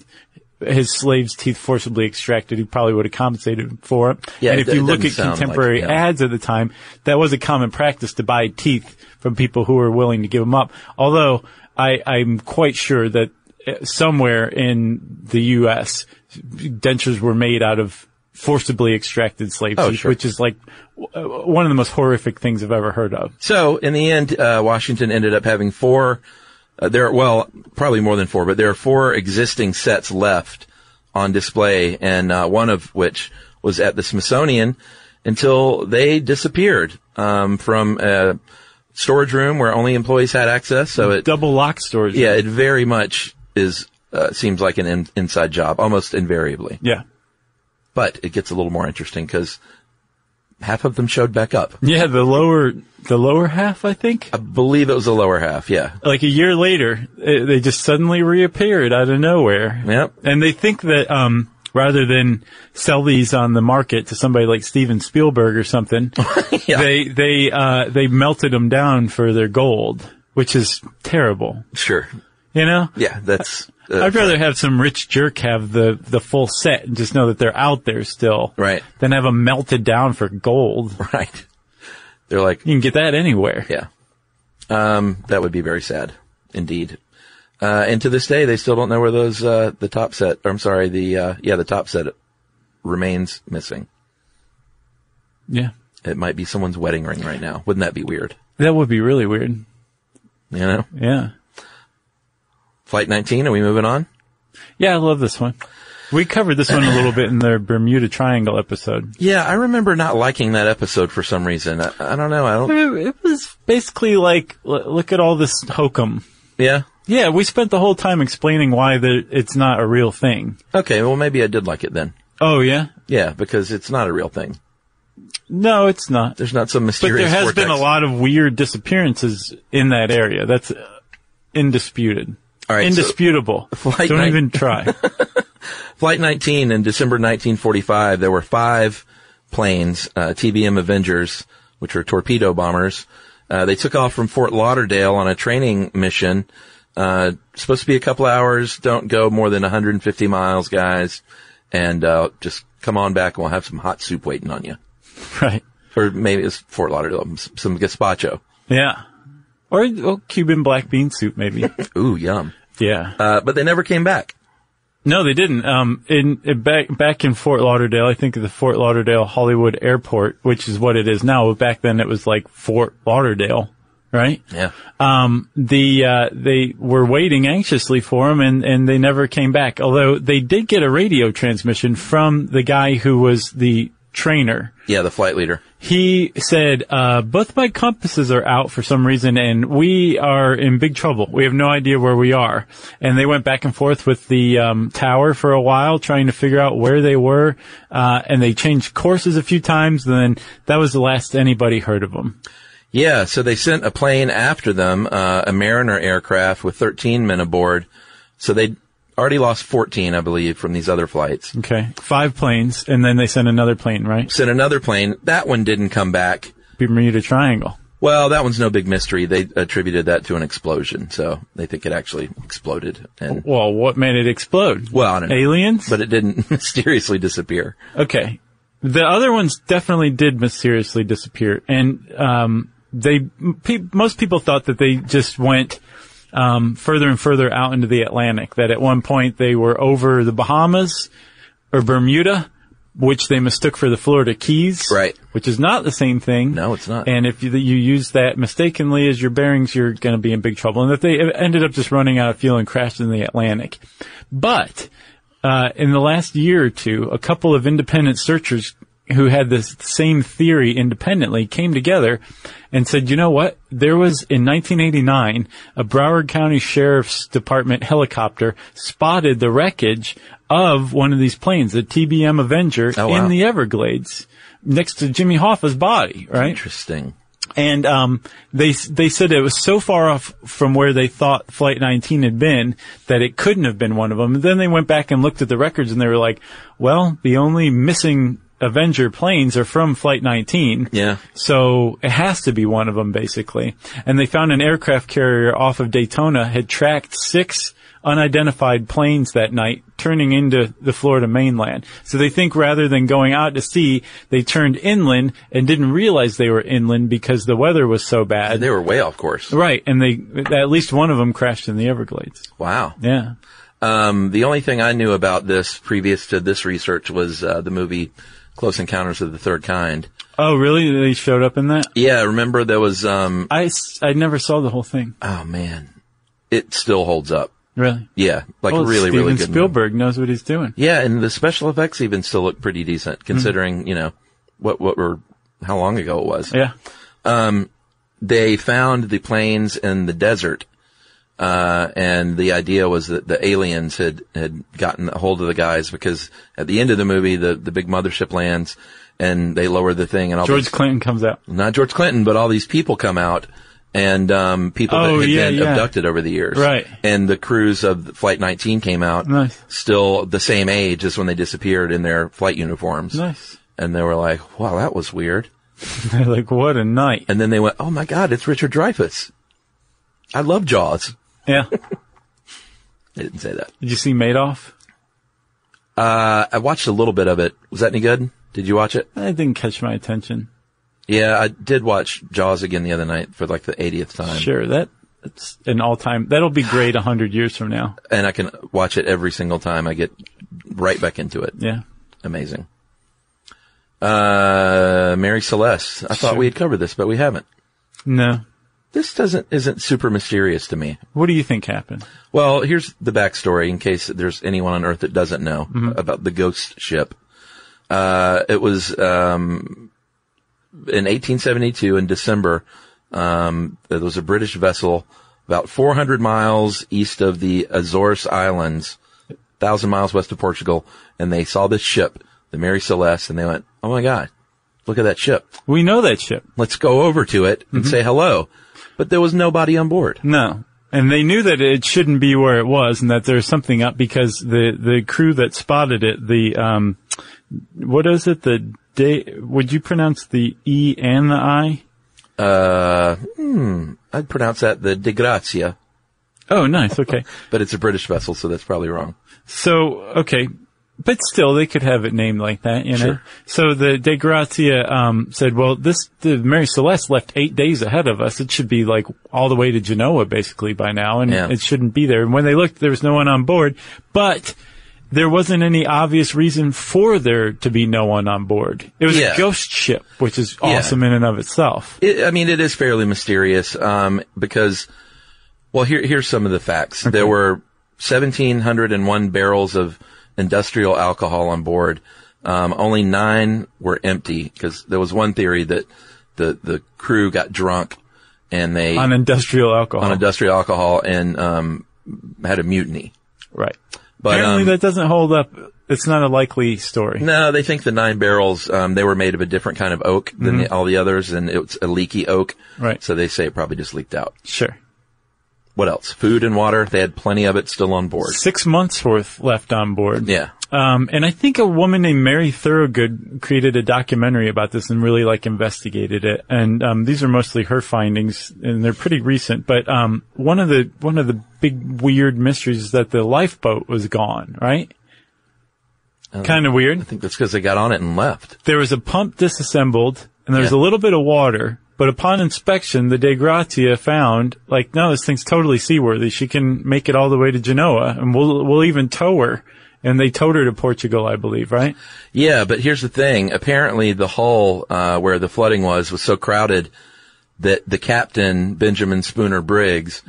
Speaker 2: His slaves' teeth forcibly extracted. He probably would have compensated for it.
Speaker 3: Yeah,
Speaker 2: and
Speaker 3: it
Speaker 2: if
Speaker 3: d-
Speaker 2: you
Speaker 3: it
Speaker 2: look at
Speaker 3: doesn't sound like-
Speaker 2: contemporary
Speaker 3: yeah.
Speaker 2: ads at the time, that was a common practice to buy teeth from people who were willing to give them up. Although I, I'm quite sure that uh, somewhere in the U.S., dentures were made out of forcibly extracted slave
Speaker 3: Oh,
Speaker 2: teeth,
Speaker 3: sure.
Speaker 2: which is like w- uh, one of the most horrific things I've ever heard of.
Speaker 3: So in the end, uh, Washington ended up having four. Uh, there, well, probably more than four, but there are four existing sets left on display, and uh, one of which was at the Smithsonian until they disappeared um, from a storage room where only employees had access. So it,
Speaker 2: Double lock storage.
Speaker 3: yeah, it very much is uh, seems like an in- inside job almost invariably.
Speaker 2: Yeah.
Speaker 3: But it gets a little more interesting because half of them showed back up.
Speaker 2: Yeah. The lower, the lower half, I think.
Speaker 3: I believe it was the lower half. Yeah.
Speaker 2: like a year uh, later, eh, they just suddenly reappeared out of nowhere.
Speaker 3: Yep.
Speaker 2: And they think that um, rather than sell these on the market to somebody like Steven Spielberg or something. They they uh, they melted them down for their gold, which is terrible.
Speaker 3: Sure.
Speaker 2: You know,
Speaker 3: Yeah, that's. uh,
Speaker 2: I'd rather have some rich jerk have the the full set and just know that they're out there still,
Speaker 3: Right.
Speaker 2: Than have them melted down for gold.
Speaker 3: Right. They're like,
Speaker 2: You can get that anywhere.
Speaker 3: yeah. Um, that would be very sad indeed. Uh, and to this day, they still don't know where those, uh, the top set, or I'm sorry, the, uh, yeah, the top set remains missing.
Speaker 2: Yeah,
Speaker 3: It might be someone's wedding ring right now. Wouldn't that be weird?
Speaker 2: that would be really weird.
Speaker 3: You know?
Speaker 2: Yeah.
Speaker 3: Flight 19, are we moving on?
Speaker 2: Yeah, I love this one. We covered this one a little bit in the Bermuda Triangle episode.
Speaker 3: Yeah, I remember not liking that episode for some reason. I, I don't know. I don't,
Speaker 2: It it was basically like, l- look at all this hokum.
Speaker 3: yeah.
Speaker 2: Yeah, we spent the whole time explaining why the, it's not a real thing.
Speaker 3: Okay. Well, maybe I did like it then.
Speaker 2: Oh yeah?
Speaker 3: Yeah, because it's not a real thing.
Speaker 2: No, it's not.
Speaker 3: There's not some
Speaker 2: But
Speaker 3: mysterious.
Speaker 2: there has
Speaker 3: vortex.
Speaker 2: been a lot of weird disappearances in that area. That's uh, indisputed.
Speaker 3: All right, so- (laughs)
Speaker 2: Indisputable.
Speaker 3: Flight
Speaker 2: Don't
Speaker 3: night- (laughs)
Speaker 2: even try.
Speaker 3: Flight 19 in December 1945, there were five planes, uh, TBM Avengers, which are torpedo bombers. Uh, they took off from Fort Lauderdale on a training mission. Uh, supposed to be a couple hours. Don't go more than 150 miles, guys. And, uh, just come on back and we'll have some hot soup waiting on you.
Speaker 2: right.
Speaker 3: Or maybe it's Fort Lauderdale, s- some gazpacho.
Speaker 2: Yeah. Or, or Cuban black bean soup
Speaker 3: (laughs)
Speaker 2: maybe.
Speaker 3: Ooh, yum.
Speaker 2: yeah.
Speaker 3: Uh, but they never came back.
Speaker 2: No, they didn't. Um, in, in- back back in Fort Lauderdale, I think the Fort Lauderdale Hollywood Airport, which is what it is now. But back then, it was like Fort Lauderdale, right?
Speaker 3: Yeah.
Speaker 2: Um, the uh, they were waiting anxiously for him, and and they never came back. Although they did get a radio transmission from the guy who was the trainer.
Speaker 3: Yeah, the flight leader.
Speaker 2: He said, uh, both my compasses are out for some reason and we are in big trouble. We have no idea where we are. And they went back and forth with the, um, tower for a while trying to figure out where they were. Uh, and they changed courses a few times. And then that was the last anybody heard of them.
Speaker 3: Yeah, so they sent a plane after them, uh, a Mariner aircraft with 13 men aboard. So they already lost 14, I believe, from these other flights.
Speaker 2: Okay. Five planes. And then they sent another plane, right?
Speaker 3: Sent another plane. That one didn't come back.
Speaker 2: Bermuda Triangle.
Speaker 3: Well, that one's no big mystery. They attributed that to an explosion, so they think it actually exploded. And
Speaker 2: Well, what made it explode?
Speaker 3: well, I don't know,
Speaker 2: Aliens?
Speaker 3: but it didn't (laughs) mysteriously disappear.
Speaker 2: Okay. The other ones definitely did mysteriously disappear, and um, they pe- most people thought that they just went um, further and further out into the Atlantic. That at one point they were over the Bahamas or Bermuda, which they mistook for the Florida Keys,
Speaker 3: Right.
Speaker 2: Which is not the same thing.
Speaker 3: No, it's not.
Speaker 2: And if you, you use that mistakenly as your bearings, you're going to be in big trouble. And that they ended up just running out of fuel and crashed in the Atlantic. But uh, in the last year or two, a couple of independent searchers who had this same theory independently came together and said, you know what? There was in 1989, a Broward County Sheriff's Department helicopter spotted the wreckage of one of these planes, the TBM Avenger
Speaker 3: Oh, wow.
Speaker 2: in the Everglades next to Jimmy Hoffa's body, right?
Speaker 3: Interesting.
Speaker 2: And um, they they said it was so far off from where they thought Flight 19 had been that it couldn't have been one of them. And then they went back and looked at the records, and they were like, "Well, the only missing Avenger planes are from Flight 19."
Speaker 3: Yeah.
Speaker 2: So it has to be one of them, basically. And they found an aircraft carrier off of Daytona had tracked six unidentified planes that night turning into the Florida mainland. So they think rather than going out to sea, they turned inland and didn't realize they were inland because the weather was so bad.
Speaker 3: Uh, They were way off course.
Speaker 2: right. And they, at least one of them crashed in the Everglades.
Speaker 3: Wow.
Speaker 2: Yeah.
Speaker 3: Um, the only thing I knew about this previous to this research was uh, the movie Close Encounters of the Third Kind.
Speaker 2: Oh, really? They showed up in that?
Speaker 3: Yeah, remember there was um
Speaker 2: I, s- I never saw the whole thing.
Speaker 3: oh man. It still holds up.
Speaker 2: Really?
Speaker 3: Yeah, like
Speaker 2: Well,
Speaker 3: really
Speaker 2: Oh, Steven
Speaker 3: really good. movie.
Speaker 2: Spielberg knows what he's doing.
Speaker 3: Yeah, and the special effects even still look pretty decent
Speaker 2: Mm-hmm.
Speaker 3: considering, you know, what what were how long ago it was.
Speaker 2: Yeah.
Speaker 3: They found the planes in the desert. Uh, and the idea was that the aliens had, had gotten a hold of the guys because at the end of the movie, the, the big mothership lands and they lower the thing and all
Speaker 2: George
Speaker 3: these- Mm.
Speaker 2: Clinton comes out.
Speaker 3: not George Clinton, but all these people come out and um, people
Speaker 2: Oh,
Speaker 3: that had
Speaker 2: yeah,
Speaker 3: been
Speaker 2: yeah.
Speaker 3: abducted over the years.
Speaker 2: Right.
Speaker 3: And the crews of Flight 19 came out
Speaker 2: Nice.
Speaker 3: still the same age as when they disappeared in their flight uniforms.
Speaker 2: Nice.
Speaker 3: And they were like, wow, that was weird.
Speaker 2: (laughs) like, what a night.
Speaker 3: And then they went, oh my God, it's Richard Dreyfuss. I love Jaws.
Speaker 2: Yeah. Did
Speaker 3: They didn't say that.
Speaker 2: you see Madoff?
Speaker 3: Uh, I watched a little bit of it. Was that any good? Did you watch it?
Speaker 2: That didn't catch my attention.
Speaker 3: Yeah, I did watch Jaws again the other night for like the 80th time.
Speaker 2: Sure. That, that's an all time, that'll be great a hundred years from now.
Speaker 3: And I can watch it every single time. I get right back into it.
Speaker 2: Yeah.
Speaker 3: Amazing. Uh, Mary Celeste. I thought
Speaker 2: Sure.
Speaker 3: we had covered this, but we haven't.
Speaker 2: No.
Speaker 3: This doesn't, isn't super mysterious to me.
Speaker 2: What do you think happened?
Speaker 3: Well, here's the backstory in case there's anyone on Earth that doesn't know about the ghost ship. Uh, it was um, in 1872 in December. Um, there was a British vessel about 400 miles east of the Azores Islands, thousand miles west of Portugal, and they saw this ship, the Mary Celeste, and they went, "Oh my God, look at that ship!
Speaker 2: We know that ship.
Speaker 3: Let's go over to it and say hello." But there was nobody on board.
Speaker 2: No. And they knew that it shouldn't be where it was and that there's something up because the, the crew that spotted it, the, um, what is it? The day, would you pronounce the E and the I?
Speaker 3: Uh, hmm, I'd pronounce that the De Grazia,
Speaker 2: Oh, nice. Okay.
Speaker 3: but it's a British vessel, so that's probably wrong.
Speaker 2: So, okay. But still, they could have it named like that, you know?
Speaker 3: Sure.
Speaker 2: So the De Grazia, um, said, well, this, the Mary Celeste left eight days ahead of us. It should be like all the way to Genoa basically by now, and
Speaker 3: Yeah.
Speaker 2: it shouldn't be there. And when they looked, there was no one on board, but there wasn't any obvious reason for there to be no one on board. It was
Speaker 3: Yeah.
Speaker 2: a ghost ship, which is
Speaker 3: Yeah.
Speaker 2: awesome in and of itself.
Speaker 3: It, I mean, it is fairly mysterious, um, because, well, here, here's some of the facts. There were 1,701 barrels of industrial alcohol on board. Um, only nine were empty because there was one theory that the, the crew got drunk and they,
Speaker 2: On industrial alcohol.
Speaker 3: on industrial alcohol and, um, had a mutiny.
Speaker 2: right.
Speaker 3: But,
Speaker 2: Apparently
Speaker 3: um,
Speaker 2: that doesn't hold up. It's not a likely story.
Speaker 3: No, they think the nine barrels, um, they were made of a different kind of oak than the, all the others, and it's a leaky oak.
Speaker 2: Right.
Speaker 3: So they say it probably just leaked out.
Speaker 2: Sure.
Speaker 3: What else? Food and water. They had plenty of it still on board.
Speaker 2: Six months worth left on board.
Speaker 3: Yeah.
Speaker 2: Um, and I think a woman named Mary Thorogood created a documentary about this and really like investigated it. And um, these are mostly her findings, and they're pretty recent. But um, one of the one of the big weird mysteries is that the lifeboat was gone. Right? Kind of weird.
Speaker 3: I think that's because they got on it and left.
Speaker 2: There was a pump disassembled, and there was
Speaker 3: Yeah.
Speaker 2: a little bit of water. But upon inspection, the De Gratia found, like, no, this thing's totally seaworthy. She can make it all the way to Genoa, and we'll we'll even tow her. And they towed her to Portugal, I believe, right?
Speaker 3: Yeah, but here's the thing. Apparently the hull, uh, where the flooding was, was so crowded that the captain, Benjamin Spooner Briggs,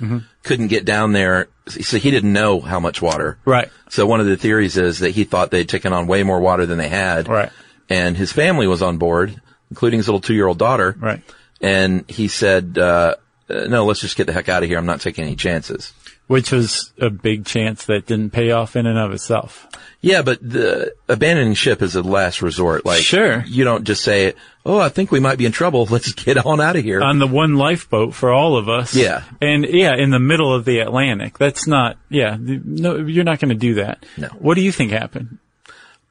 Speaker 3: couldn't get down there. So he didn't know how much water.
Speaker 2: Right.
Speaker 3: So one of the theories is that he thought they'd taken on way more water than they had.
Speaker 2: Right.
Speaker 3: And his family was on board, including his little two-year-old daughter.
Speaker 2: Right.
Speaker 3: And he said, uh, uh, no, let's just get the heck out of here. I'm not taking any chances.
Speaker 2: Which was a big chance that didn't pay off in and of itself.
Speaker 3: Yeah, but the abandoning ship is a last resort. Like,
Speaker 2: Sure.
Speaker 3: you don't just say, "Oh, I think we might be in trouble. (laughs) Let's get on out of here."
Speaker 2: On the one lifeboat for all of us.
Speaker 3: Yeah.
Speaker 2: And yeah, in the middle of the Atlantic. That's not, yeah, th- no, you're not going to do that.
Speaker 3: No.
Speaker 2: What do you think happened?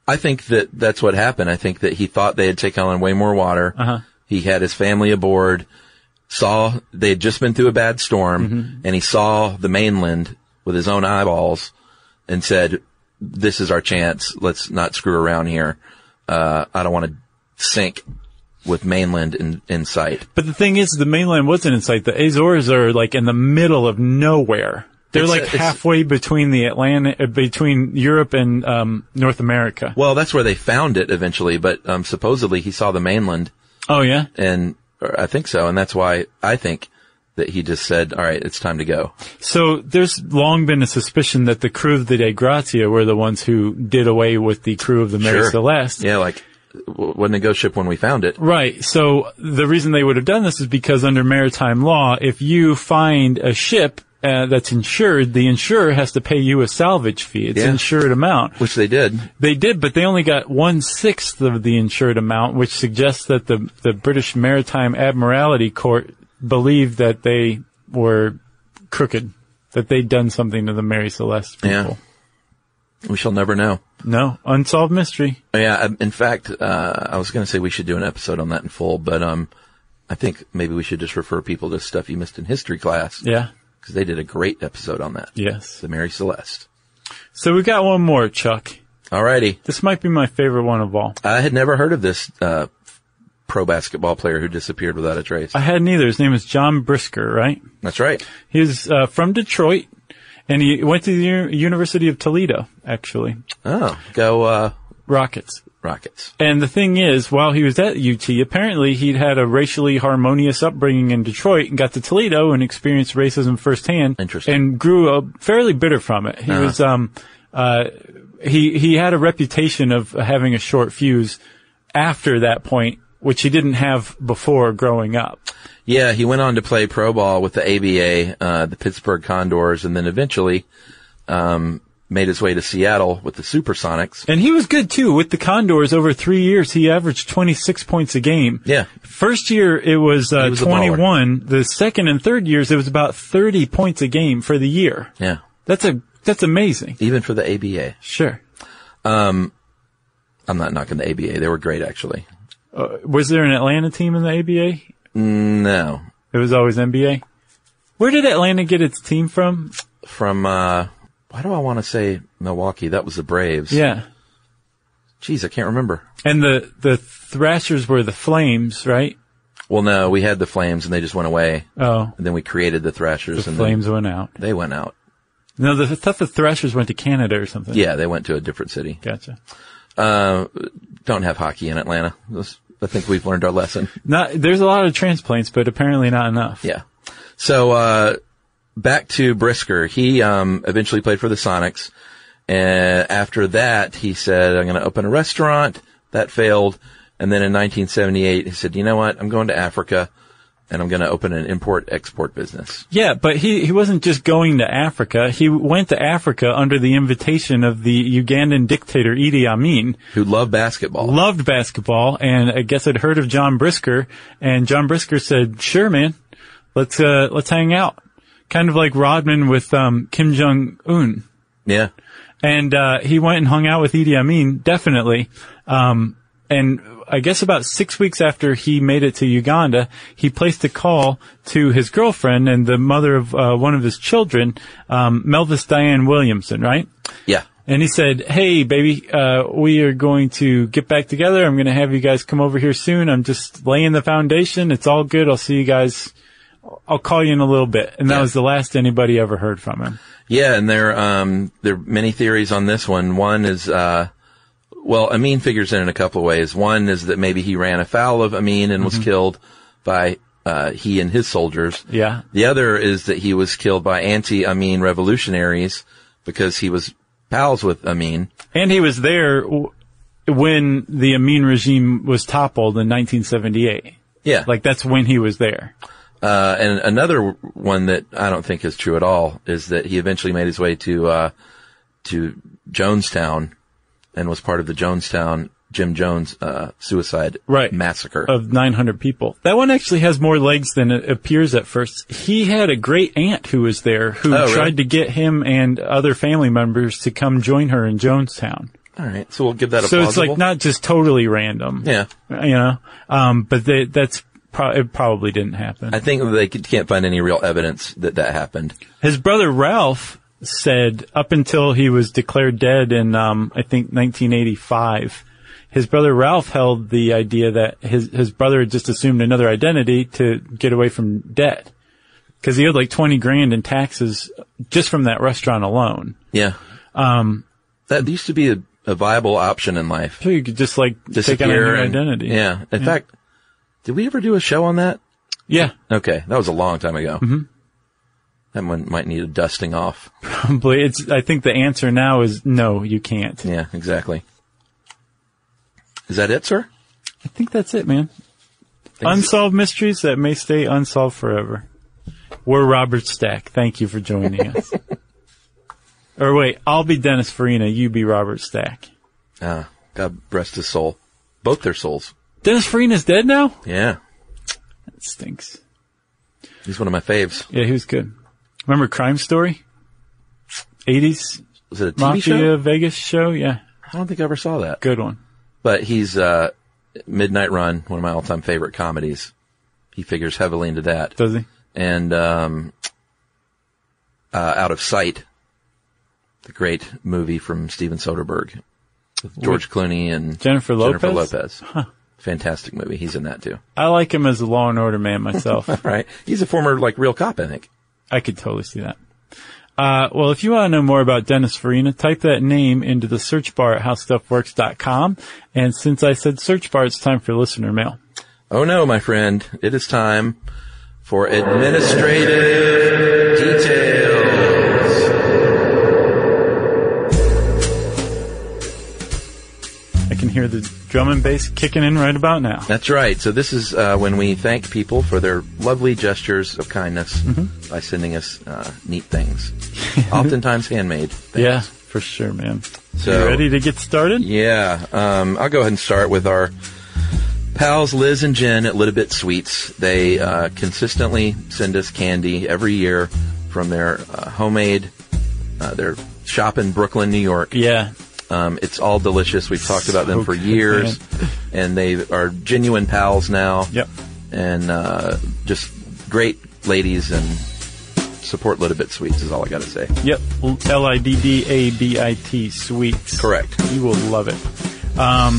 Speaker 3: I think that that's what happened. I think that he thought they had taken on way more water.
Speaker 2: Uh-huh.
Speaker 3: He had his family aboard, saw they had just been through a bad storm, and he saw the mainland with his own eyeballs and said, this is our chance. Let's not screw around here. Uh, I don't want to sink with mainland in, in sight.
Speaker 2: But the thing is, the mainland wasn't in sight. The Azores are like in the middle of nowhere. They're
Speaker 3: It's-
Speaker 2: like
Speaker 3: it's-
Speaker 2: halfway between the Atlantic, uh, between Europe and um, North America.
Speaker 3: Well, that's where they found it eventually, but um, supposedly he saw the mainland,
Speaker 2: Oh yeah.
Speaker 3: and or I think so, and that's why I think that he just said, "All right, it's time to go."
Speaker 2: So there's long been a suspicion that the crew of the De Grazia were the ones who did away with the crew of the Mary
Speaker 3: Sure.
Speaker 2: Celeste.
Speaker 3: Yeah, like w- wasn't a ghost ship when we found it.
Speaker 2: Right. So the reason they would have done this is because under maritime law, if you find a ship uh, that's insured, the insurer has to pay you a salvage fee. It's
Speaker 3: Yeah.
Speaker 2: an insured amount.
Speaker 3: Which they did.
Speaker 2: They did, but they only got one sixth of the insured amount, which suggests that the the British Maritime Admiralty Court believed that they were crooked, that they'd done something to the Mary Celeste people.
Speaker 3: Yeah. We shall never know.
Speaker 2: No, unsolved mystery.
Speaker 3: Yeah, I- in fact, uh, I was going to say we should do an episode on that in full, but um, I think maybe we should just refer people to stuff you missed in history class
Speaker 2: Yeah.
Speaker 3: because they did a great episode on that.
Speaker 2: Yes.
Speaker 3: The Mary Celeste.
Speaker 2: So we got one more, Chuck.
Speaker 3: Alrighty,
Speaker 2: This might be my favorite one of all.
Speaker 3: I had never heard of this uh, pro basketball player who disappeared without a trace.
Speaker 2: I had neither. His name is John Brisker, right?
Speaker 3: That's right.
Speaker 2: He's uh, from Detroit, and he went to the U- University of Toledo, actually.
Speaker 3: Oh, go uh,
Speaker 2: Rockets.
Speaker 3: Rockets.
Speaker 2: And the thing is, while he was at UT, apparently he'd had a racially harmonious upbringing in Detroit and got to Toledo and experienced racism firsthand.
Speaker 3: Interesting.
Speaker 2: And grew up fairly bitter from it. He
Speaker 3: Uh-huh.
Speaker 2: was, um, uh, he, he had a reputation of having a short fuse after that point, which he didn't have before growing up.
Speaker 3: Yeah, he went on to play pro ball with the ABA, uh, the Pittsburgh Condors, and then eventually um, made his way to Seattle with the Supersonics.
Speaker 2: And he was good too with the Condors over three years. He averaged 26 points a game.
Speaker 3: Yeah,
Speaker 2: First year it was, uh,
Speaker 3: He was a baller.
Speaker 2: 21. The second and third years it was about 30 points a game for the year.
Speaker 3: yeah.
Speaker 2: That's a that's amazing.
Speaker 3: Even for the ABA,
Speaker 2: Sure.
Speaker 3: I'm not knocking the ABA. They were great, actually.
Speaker 2: Uh, was there an Atlanta team in the ABA?
Speaker 3: No,
Speaker 2: It was always NBA. Where did Atlanta get its team from?
Speaker 3: from uh, why do I want to say Milwaukee? That was the Braves.
Speaker 2: Yeah.
Speaker 3: Jeez, I can't remember.
Speaker 2: And the the Thrashers were the Flames, right?
Speaker 3: Well, no, we had the Flames, and they just went away.
Speaker 2: Oh,
Speaker 3: And then we created the Thrashers,
Speaker 2: the
Speaker 3: and then
Speaker 2: Flames went out.
Speaker 3: they went out.
Speaker 2: No, the, I thought the Thrashers went to Canada or something.
Speaker 3: Yeah, they went to a different city.
Speaker 2: Gotcha.
Speaker 3: Uh, don't have hockey in Atlanta. That's- I think we've learned our lesson.
Speaker 2: Not there's a lot of transplants, but apparently not enough.
Speaker 3: Yeah. So uh, back to Brisker. He um, eventually played for the Sonics, and after that, he said, "I'm going to open a restaurant." That failed, and then in 1978, he said, "You know what? I'm going to Africa, and I'm going to open an import-export business."
Speaker 2: Yeah, but he, he wasn't just going to Africa. He went to Africa under the invitation of the Ugandan dictator Idi Amin.
Speaker 3: Who loved basketball?
Speaker 2: loved basketball and I guess had heard of John Brisker and John Brisker said, sure man, let's, uh, let's hang out. Kind of like Rodman with, um, Kim Jong Un.
Speaker 3: yeah.
Speaker 2: And, uh, he went and hung out with Idi Amin, definitely. Um, and I guess about six weeks after he made it to Uganda, he placed a call to his girlfriend and the mother of, uh, one of his children, um, Melvis Diane Williamson, right?
Speaker 3: Yeah.
Speaker 2: And he said, "Hey, baby, uh, we are going to get back together. I'm going to have you guys come over here soon. I'm just laying the foundation. It's all good. I'll see you guys. I'll call you in a little bit." And that
Speaker 3: Yeah.
Speaker 2: was the last anybody ever heard from him.
Speaker 3: Yeah, and there um there are many theories on this one. One is uh well, Amin figures in in a couple of ways. One is that maybe he ran afoul of Amin and was killed by uh he and his soldiers.
Speaker 2: Yeah.
Speaker 3: The other is that he was killed by anti-Amin revolutionaries because he was pals with Amin.
Speaker 2: And he was there w- when the Amin regime was toppled in 1978.
Speaker 3: Yeah.
Speaker 2: Like that's when he was there.
Speaker 3: uh and another one that I don't think is true at all is that he eventually made his way to uh to Jonestown and was part of the Jonestown Jim Jones uh suicide
Speaker 2: Right. Uh,
Speaker 3: massacre.
Speaker 2: of 900 people. That one actually has more legs than it appears at first. He had a great aunt who was there who
Speaker 3: Oh, really?
Speaker 2: tried to get him and other family members to come join her in Jonestown.
Speaker 3: All right, so we'll give that a
Speaker 2: So it's
Speaker 3: plausible.
Speaker 2: like not just totally random.
Speaker 3: yeah,
Speaker 2: You know, um, but they, that's pro- it probably didn't happen.
Speaker 3: I think they c- can't find any real evidence that that happened.
Speaker 2: His brother Ralph said up until he was declared dead in, um, I think 1985, his brother Ralph held the idea that his, his brother had just assumed another identity to get away from debt. Cause he owed like 20 grand in taxes just from that restaurant alone.
Speaker 3: Yeah, um, that used to be a, a viable option in life.
Speaker 2: So you could just like take on a
Speaker 3: Disappear
Speaker 2: new
Speaker 3: and-
Speaker 2: identity.
Speaker 3: Yeah, in fact, did we ever do a show on that?
Speaker 2: Yeah. (laughs)
Speaker 3: Okay, that was a long time ago. That one might need a dusting off.
Speaker 2: Probably. It's, I think the answer now is no, you can't.
Speaker 3: Yeah, exactly. Is that it, sir?
Speaker 2: I think that's it, man. Unsolved mysteries that may stay unsolved forever. We're Robert Stack. Thank you for joining us. or wait, I'll be Dennis Farina. You be Robert Stack.
Speaker 3: Ah, God rest his soul. Both their souls.
Speaker 2: Dennis Farina's dead now?
Speaker 3: Yeah.
Speaker 2: That stinks.
Speaker 3: He's one of my faves.
Speaker 2: Yeah, he was good. Remember Crime Story? 80s
Speaker 3: Was it a TV
Speaker 2: Mafia
Speaker 3: show?
Speaker 2: Vegas show? Yeah,
Speaker 3: I don't think I ever saw that.
Speaker 2: good one.
Speaker 3: But he's uh, Midnight Run, one of my all-time favorite comedies. He figures heavily into that.
Speaker 2: Does he?
Speaker 3: and um, uh, Out of Sight, the great movie from Steven Soderbergh, with George Clooney and
Speaker 2: Jennifer Lopez?
Speaker 3: Jennifer Lopez. Fantastic movie. He's in that too.
Speaker 2: I like him as a Law and Order man myself.
Speaker 3: Right. He's a former like real cop, I think.
Speaker 2: I could totally see that. Uh, well, if you want to know more about Dennis Farina, type that name into the search bar at howstuffworks.com. And since I said search bar, it's time for listener mail.
Speaker 3: Oh no, my friend, it is time for administrative details.
Speaker 2: I can hear the drum and bass kicking in right about now.
Speaker 3: That's right. So this is uh, when we thank people for their lovely gestures of kindness
Speaker 2: Mm-hmm.
Speaker 3: by sending us uh, neat things, (laughs) oftentimes handmade. Things.
Speaker 2: Yeah, for sure, man.
Speaker 3: So-
Speaker 2: you ready to get started?
Speaker 3: Yeah, um, I'll go ahead and start with our pals Liz and Jen at Little Bit Sweets. They uh, consistently send us candy every year from their uh, homemade, uh, their shop in Brooklyn, New York.
Speaker 2: Yeah.
Speaker 3: Um, it's all delicious. We've talked about them
Speaker 2: So
Speaker 3: for
Speaker 2: good,
Speaker 3: years, and they are genuine pals now.
Speaker 2: Yep.
Speaker 3: And uh, just great ladies and support Little Bit Sweets is all I got to say.
Speaker 2: Yep. L-I-D-D-A-B-I-T sweets.
Speaker 3: Correct.
Speaker 2: You will love it. Um,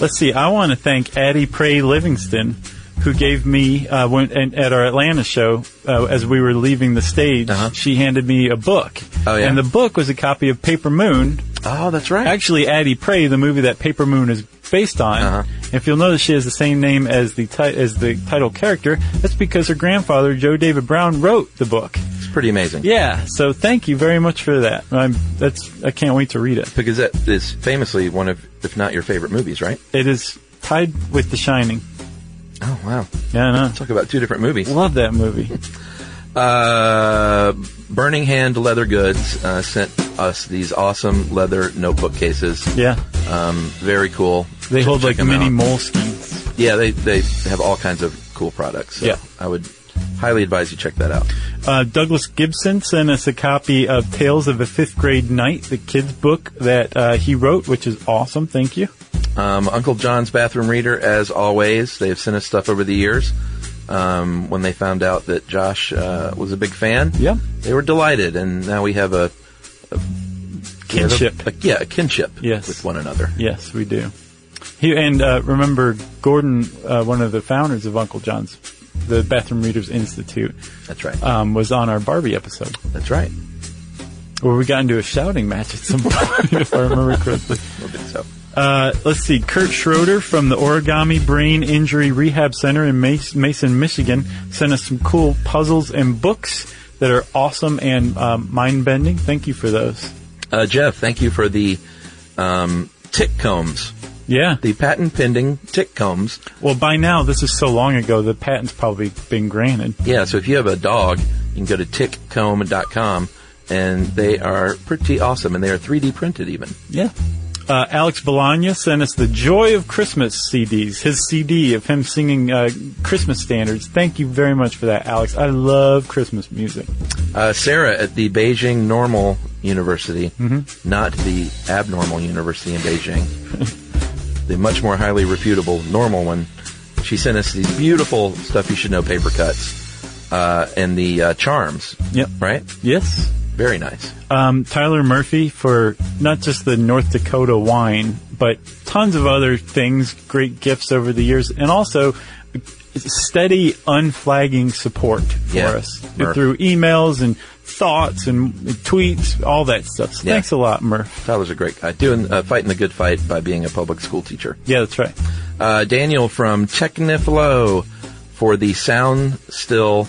Speaker 2: let's see. I want to thank Addie Prey Livingston, who gave me uh, when and at our Atlanta show uh, as we were leaving the stage.
Speaker 3: Uh-huh.
Speaker 2: She handed me a book,
Speaker 3: Oh, yeah.
Speaker 2: and the book was a copy of Paper Moon.
Speaker 3: Oh, that's right.
Speaker 2: Actually, Addie Prey, the movie that Paper Moon is based on.
Speaker 3: Uh-huh.
Speaker 2: If you'll notice, she has the same name as the ti- as the title character. That's because her grandfather, Joe David Brown, wrote the book.
Speaker 3: it's pretty amazing.
Speaker 2: Yeah, so thank you very much for that. I'm, that's I can't wait to read it.
Speaker 3: Because that is famously one of, if not your favorite movies, right?
Speaker 2: It is tied with The Shining.
Speaker 3: Oh, wow.
Speaker 2: Yeah, I know.
Speaker 3: Talk about two different movies.
Speaker 2: Love that movie.
Speaker 3: Uh, Burning Hand Leather Goods uh, sent us these awesome leather notebook cases.
Speaker 2: (laughs) Yeah,
Speaker 3: Um, very cool.
Speaker 2: they
Speaker 3: Check-
Speaker 2: hold
Speaker 3: check
Speaker 2: like
Speaker 3: them
Speaker 2: mini
Speaker 3: out.
Speaker 2: moleskins.
Speaker 3: Yeah, they, they have all kinds of cool products. So
Speaker 2: Yeah.
Speaker 3: I would highly advise you check that out.
Speaker 2: Uh, Douglas Gibson sent us a copy of Tales of a Fifth Grade Night, the kids' book that uh, he wrote, which is awesome. Thank you.
Speaker 3: Um, Uncle John's Bathroom Reader, as always, they've sent us stuff over the years. Um, when they found out that Josh uh, was a big fan,
Speaker 2: Yeah.
Speaker 3: they were delighted, and now we have a we have a-
Speaker 2: Kinship.
Speaker 3: a- yeah, a kinship
Speaker 2: Yes.
Speaker 3: with one another.
Speaker 2: Yes, we do. He and uh, remember Gordon, uh, one of the founders of Uncle John's, the Bathroom Readers Institute,
Speaker 3: That's right.
Speaker 2: um, was on our Barbie episode.
Speaker 3: That's right.
Speaker 2: Well, we got into a shouting match at some (laughs) point, if I remember correctly.
Speaker 3: A little bit so.
Speaker 2: Uh, let's see. Kurt Schroeder from the Origami Brain Injury Rehab Center in Mas- Mason, Michigan, sent us some cool puzzles and books that are awesome and um, mind bending. Thank you for those.
Speaker 3: Uh, Jeff, thank you for the um, tick combs,
Speaker 2: Yeah.
Speaker 3: the patent pending tick combs.
Speaker 2: Well, by now, this is so long ago, the patent's probably been granted.
Speaker 3: Yeah, so if you have a dog, you can go to tickcomb.com, and they are pretty awesome, and they are 3D printed even.
Speaker 2: Yeah. Uh, Alex Bologna sent us the Joy of Christmas CDs, his CD of him singing uh, Christmas standards. Thank you very much for that, Alex. I love Christmas music.
Speaker 3: Uh, Sarah at the Beijing Normal University, not the abnormal university in Beijing, (laughs) the much more highly reputable normal one. She sent us these beautiful stuff you should know paper cuts uh, and the uh, charms.
Speaker 2: Yep.
Speaker 3: Right?
Speaker 2: Yes.
Speaker 3: Very nice.
Speaker 2: um, Tyler Murphy for not just the North Dakota wine, but tons of other things, great gifts over the years, and also steady, unflagging support for
Speaker 3: Yeah,
Speaker 2: us
Speaker 3: Murph.
Speaker 2: through emails and thoughts and tweets, all that stuff. So
Speaker 3: Yeah.
Speaker 2: Thanks a lot, Murph.
Speaker 3: Tyler's a great guy. Doing uh, fighting the good fight by being a public school teacher.
Speaker 2: Yeah, that's right.
Speaker 3: Uh, Daniel from Techniflow for the Sound Still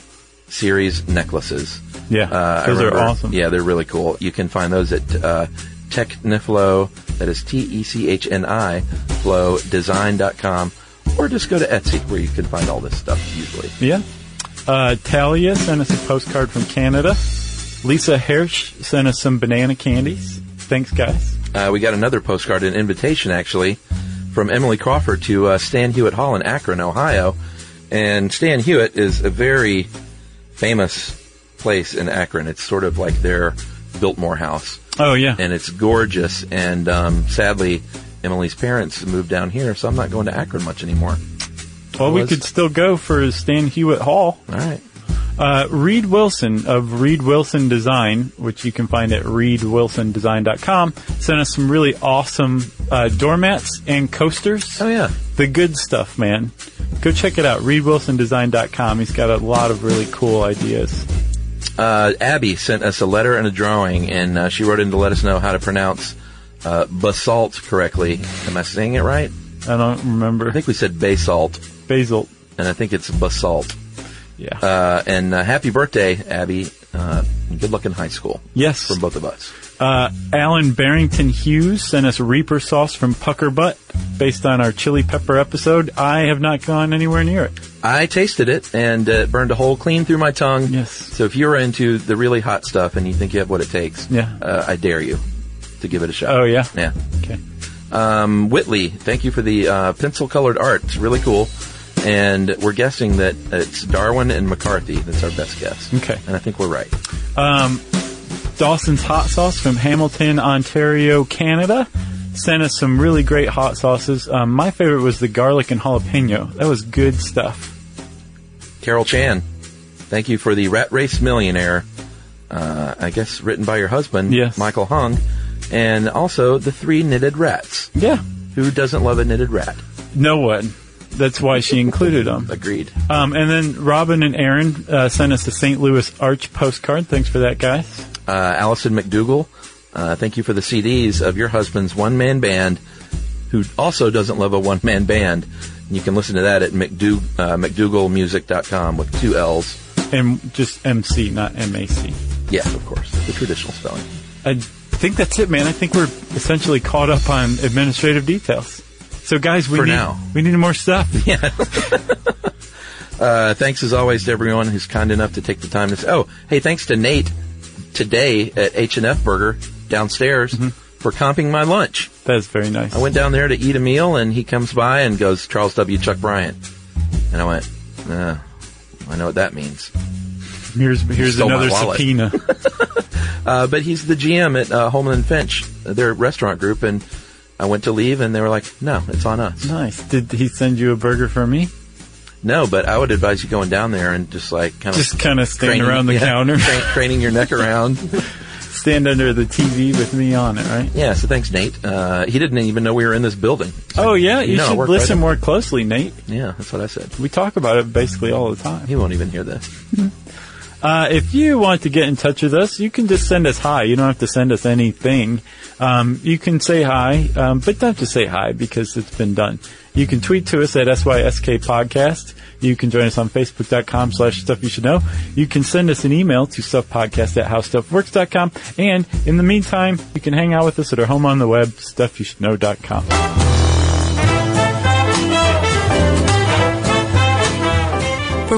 Speaker 3: series necklaces.
Speaker 2: Yeah,
Speaker 3: Uh, I
Speaker 2: those are
Speaker 3: remember-
Speaker 2: awesome.
Speaker 3: Yeah, they're really cool. You can find those at uh, Techniflow, that is T E C H N I, flowdesign.com, or just go to Etsy where you can find all this stuff usually.
Speaker 2: Yeah. Uh, Talia sent us a postcard from Canada. Lisa Hirsch sent us some banana candies. Thanks, guys.
Speaker 3: Uh, we got another postcard, an invitation actually, from Emily Crawford to uh, Stan Hewitt Hall in Akron, Ohio. And Stan Hewitt is a very famous place in Akron. It's sort of like their Biltmore house,
Speaker 2: Oh yeah.
Speaker 3: and it's gorgeous. And um, sadly, Emily's parents moved down here, so I'm not going to Akron much anymore.
Speaker 2: well, we
Speaker 3: was-
Speaker 2: could still go for Stan Hewitt Hall.
Speaker 3: All right.
Speaker 2: Uh, Reed Wilson of Reed Wilson Design, which you can find at reedwilsondesign.com, sent us some really awesome uh, doormats and coasters.
Speaker 3: Oh yeah.
Speaker 2: The good stuff, man. Go check it out, reedwilsondesign.com. He's got a lot of really cool ideas.
Speaker 3: uh, Abby sent us a letter and a drawing, and uh, she wrote in to let us know how to pronounce uh, basalt correctly. Am I saying it right?
Speaker 2: I don't remember.
Speaker 3: I think we said basalt,
Speaker 2: Basil.
Speaker 3: and I think it's basalt.
Speaker 2: Yeah.
Speaker 3: Uh, and uh, happy birthday, Abby. Uh, good luck in high school.
Speaker 2: Yes.
Speaker 3: From both of us.
Speaker 2: Uh, Alan Barrington Hughes sent us Reaper sauce from Pucker Butt based on our chili pepper episode. I have not gone anywhere near it.
Speaker 3: I tasted it, and uh, it burned a hole clean through my tongue.
Speaker 2: Yes.
Speaker 3: So if you're into the really hot stuff and you think you have what it takes,
Speaker 2: Yeah.
Speaker 3: uh, I dare you to give it a shot.
Speaker 2: Oh, yeah?
Speaker 3: Yeah.
Speaker 2: Okay.
Speaker 3: Um, Whitley, thank you for the uh, pencil colored art. It's really cool. And we're guessing that it's Darwin and McCarthy. That's our best guess.
Speaker 2: Okay.
Speaker 3: And I think we're right.
Speaker 2: Um, Dawson's Hot Sauce from Hamilton, Ontario, Canada sent us some really great hot sauces. Um, my favorite was the garlic and jalapeno. That was good stuff.
Speaker 3: Carol Chan, thank you for the Rat Race Millionaire. Uh, I guess written by your husband,
Speaker 2: Yes.
Speaker 3: Michael Hung, and also the three knitted rats.
Speaker 2: Yeah.
Speaker 3: Who doesn't love a knitted rat?
Speaker 2: No one. That's why she included them.
Speaker 3: Agreed.
Speaker 2: Um, and then Robin and Aaron uh, sent us a St. Louis Arch postcard. Thanks for that, guys.
Speaker 3: uh, Allison McDougall. Uh, thank you for the CDs of your husband's one man band, who also doesn't love a one man band. And you can listen to that at McDou- uh, McDougallmusic.com with two L's.
Speaker 2: And just MC, not MAC.
Speaker 3: Yes, of course, the traditional spelling.
Speaker 2: I think that's it, man. I think we're essentially caught up on administrative details. So, guys, we
Speaker 3: For
Speaker 2: need
Speaker 3: now.
Speaker 2: we need
Speaker 3: (laughs)
Speaker 2: more stuff.
Speaker 3: Uh, thanks as always to everyone who's kind enough to take the time to say, oh, hey, thanks to Nate today at H&F Burger downstairs for comping my lunch.
Speaker 2: That's very nice.
Speaker 3: I went down there to eat a meal, and he comes by and goes, Charles W. Chuck Bryant. And I went, uh, I know what that means.
Speaker 2: Here's here's
Speaker 3: stole my
Speaker 2: another
Speaker 3: wallet.
Speaker 2: (laughs) subpoena.
Speaker 3: Uh, but he's the GM at uh, Holman and Finch, their restaurant group, and I went to leave, and they were like, no, it's on us.
Speaker 2: nice. Did he send you a burger for me?
Speaker 3: No, but I would advise you going down there and just like kind of
Speaker 2: Just kind of stand
Speaker 3: (laughs)
Speaker 2: around the (laughs) counter,
Speaker 3: craning your neck around.
Speaker 2: stand under the TV with me on it, right?
Speaker 3: yeah, so thanks, Nate. Uh, he didn't even know we were in this building.
Speaker 2: Oh yeah, you
Speaker 3: No, it
Speaker 2: should
Speaker 3: worked
Speaker 2: listen
Speaker 3: right
Speaker 2: more closely, Nate.
Speaker 3: Yeah, that's what I said.
Speaker 2: We talk about it basically all the time.
Speaker 3: He won't even hear this.
Speaker 2: Uh, if you want to get in touch with us, you can just send us hi. You don't have to send us anything. Um, you can say hi, um, but don't just say hi because it's been done. You can tweet to us at SYSK Podcast. You can join us on Facebook.com slash Stuff You Should Know. You can send us an email to StuffPodcast at HowStuffWorks.com. And in the meantime, you can hang out with us at our home on the web, StuffYouShouldKnow.com.
Speaker 1: For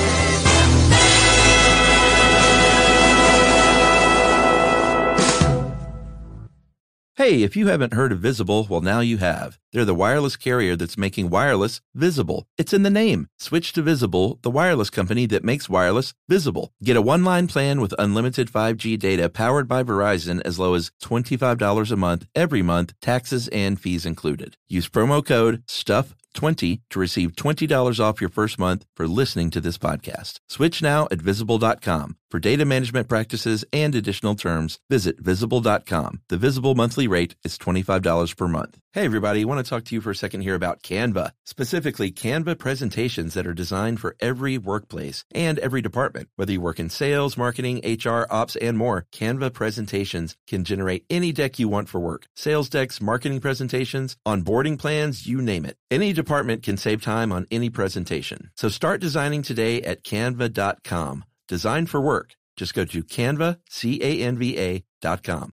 Speaker 3: Hey, if you haven't heard of Visible, well, now you have. They're the wireless carrier that's making wireless visible. It's in the name. Switch to Visible, the wireless company that makes wireless visible. Get a one line plan with unlimited 5G data powered by Verizon as low as $25 a month every month, taxes and fees included. Use promo code STUFF20 to receive $20 off your first month for listening to this podcast. Switch now at visible.com. For data management practices and additional terms, visit visible.com. The visible monthly rate is $25 per month. Hey, everybody, I want to talk to you for a second here about Canva, specifically Canva presentations that are designed for every workplace and every department. Whether you work in sales, marketing, HR, ops, and more, Canva presentations can generate any deck you want for work sales decks, marketing presentations, onboarding plans, you name it. Any department can save time on any presentation. So start designing today at canva.com. Design for work. Just go to canva, C A N V A dot com.